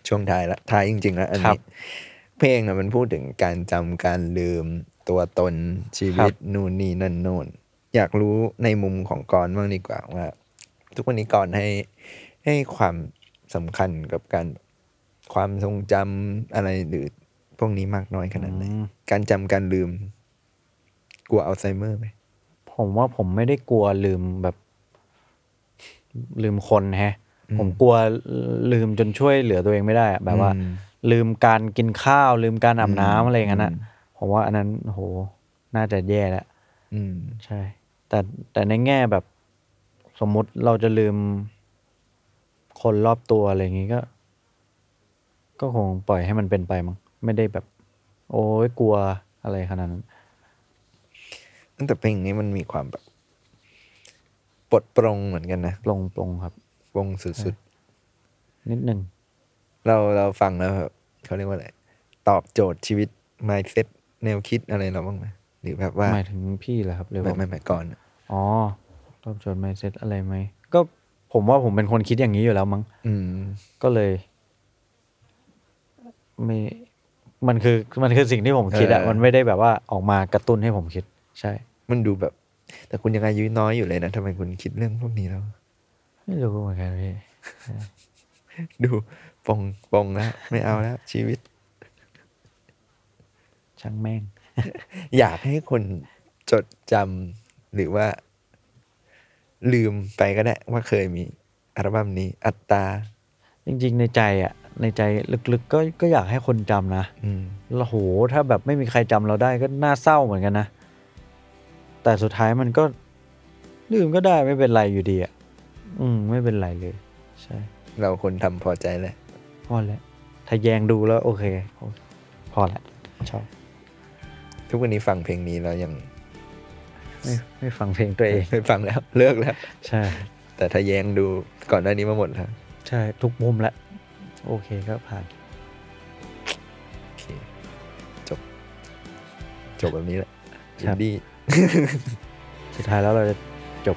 [SPEAKER 2] ช่วงท้ายละท้ายจริง ๆ แล้วอัน
[SPEAKER 3] ครั
[SPEAKER 2] นี้
[SPEAKER 3] บ
[SPEAKER 2] เพลงอะมันพูดถึงการจำการลืมตัวตนชีวิตนู่นนี่นั่นโน่นอยากรู้ในมุมของกรณ์บ้างดีกว่าว่า ทุกวันนี้กรณ์ให้ให้ความสำคัญกับการความทรงจำอะไรหรือพวกนี้มากน้อยขนาดไหน
[SPEAKER 3] อืม
[SPEAKER 2] การจำการลืม กลัวอัลไซเมอร์ไหม
[SPEAKER 3] ผมว่าผมไม่ได้กลัวลืมแบบ ลืมคนแฮะ ผมกลัวลืมจนช่วยเหลือตัวเองไม่ได้อะแบบว่า
[SPEAKER 2] อืม
[SPEAKER 3] ลืมการกินข้าว ลืมการอาบน้ำ
[SPEAKER 2] อืม
[SPEAKER 3] อะไรอย่างนั้นอะ
[SPEAKER 2] อืม
[SPEAKER 3] ผมว่าอันนั้นโอ้โหน่าจะแย่แล้ว
[SPEAKER 2] อืม
[SPEAKER 3] ใช่ แต่แต่ในแง่แบบ สมมุติเราจะลืม คนรอบตัวอะไรอย่างงี้ก็ ก็คงปล่อยให้มันเป็นไปมั้งไม่ได้แบบ โอ้ยกลัวอะไรขนาดนั้น
[SPEAKER 2] แต่เพลงนี้มันมีความแบบปลดปรงเหมือนกันนะ
[SPEAKER 3] ปลงปลงครับ
[SPEAKER 2] วงสุด
[SPEAKER 3] นิดหนึ่ง
[SPEAKER 2] ๆ เราเราฟังแล้วแบบเขาเรียกว่าอะไร ตอบโจทย์ชีวิต mindset แนวคิดอะไรเราบ้างไหมหรือแบบว่า
[SPEAKER 3] หมายถึงพี่เหรอครับหรือ
[SPEAKER 2] ไม่
[SPEAKER 3] ว่า
[SPEAKER 2] ไม่ไม่ก่อนอะ
[SPEAKER 3] อ๋อตอบโจทย์ไมเซ็ตอะไรไหม ก็ผมว่าผมเป็นคนคิดอย่างนี้อยู่แล้วมั้ง
[SPEAKER 2] อืม
[SPEAKER 3] ก็เลยไม่มันคือมันคือสิ่งที่ผมคิดอะ
[SPEAKER 2] เออ
[SPEAKER 3] มันไม่ได้แบบว่าออกมากระตุ้นให้ผมคิด ใช่
[SPEAKER 2] มันดูแบบ แต่คุณยังอายุน้อยอยู่เลยนะทำไมคุณคิดเรื่องพวกนี้แล้ว
[SPEAKER 3] ไม่รู้เหมือนกันพี่
[SPEAKER 2] ดูปรงปรงแล้ว ไม่เอาแล้ว ชีวิต
[SPEAKER 3] ช่างแม่ง
[SPEAKER 2] อยากให้คนจดจำหรือว่า ลืมไปก็ได้ ว่าเคยมีอัลบั้มนี้ อัตตา
[SPEAKER 3] จริง ๆ ในใจอะในใจลึกๆก็ก็อยากให้คนจำนะ
[SPEAKER 2] อืม
[SPEAKER 3] แล้วโหถ้าแบบไม่มีใครจำเราได้ก็น่าเศร้าเหมือนกันนะ แต่สุดท้ายมันก็ลืมก็ได้ไม่เป็นไรอยู่ดีอะอืม ไม่เป็นไรเลย ใช่
[SPEAKER 2] เราคนทำพอใจเลย
[SPEAKER 3] พอแล้วถ้าแยงดูแล้วโอเคโอเค พอแล้วชอบ
[SPEAKER 2] ทุกวันนี้ฟังเพลงนี้แล้วยัง
[SPEAKER 3] ไม่ไม่ฟังเพลงตัวเอง
[SPEAKER 2] ไม่ฟังแล้ว เลิกแล้ว
[SPEAKER 3] ใช่
[SPEAKER 2] แต่ถ้าแยงดูก่อนหน้านี้มาหมดแล้ว
[SPEAKER 3] ใช่ทุกมุมละโอเคก็ผ่าน
[SPEAKER 2] โอเคจบ จบแบบนี้แหละ
[SPEAKER 3] ครับ
[SPEAKER 2] อินดี้
[SPEAKER 3] สุดท้ายแล้วเราจะจบ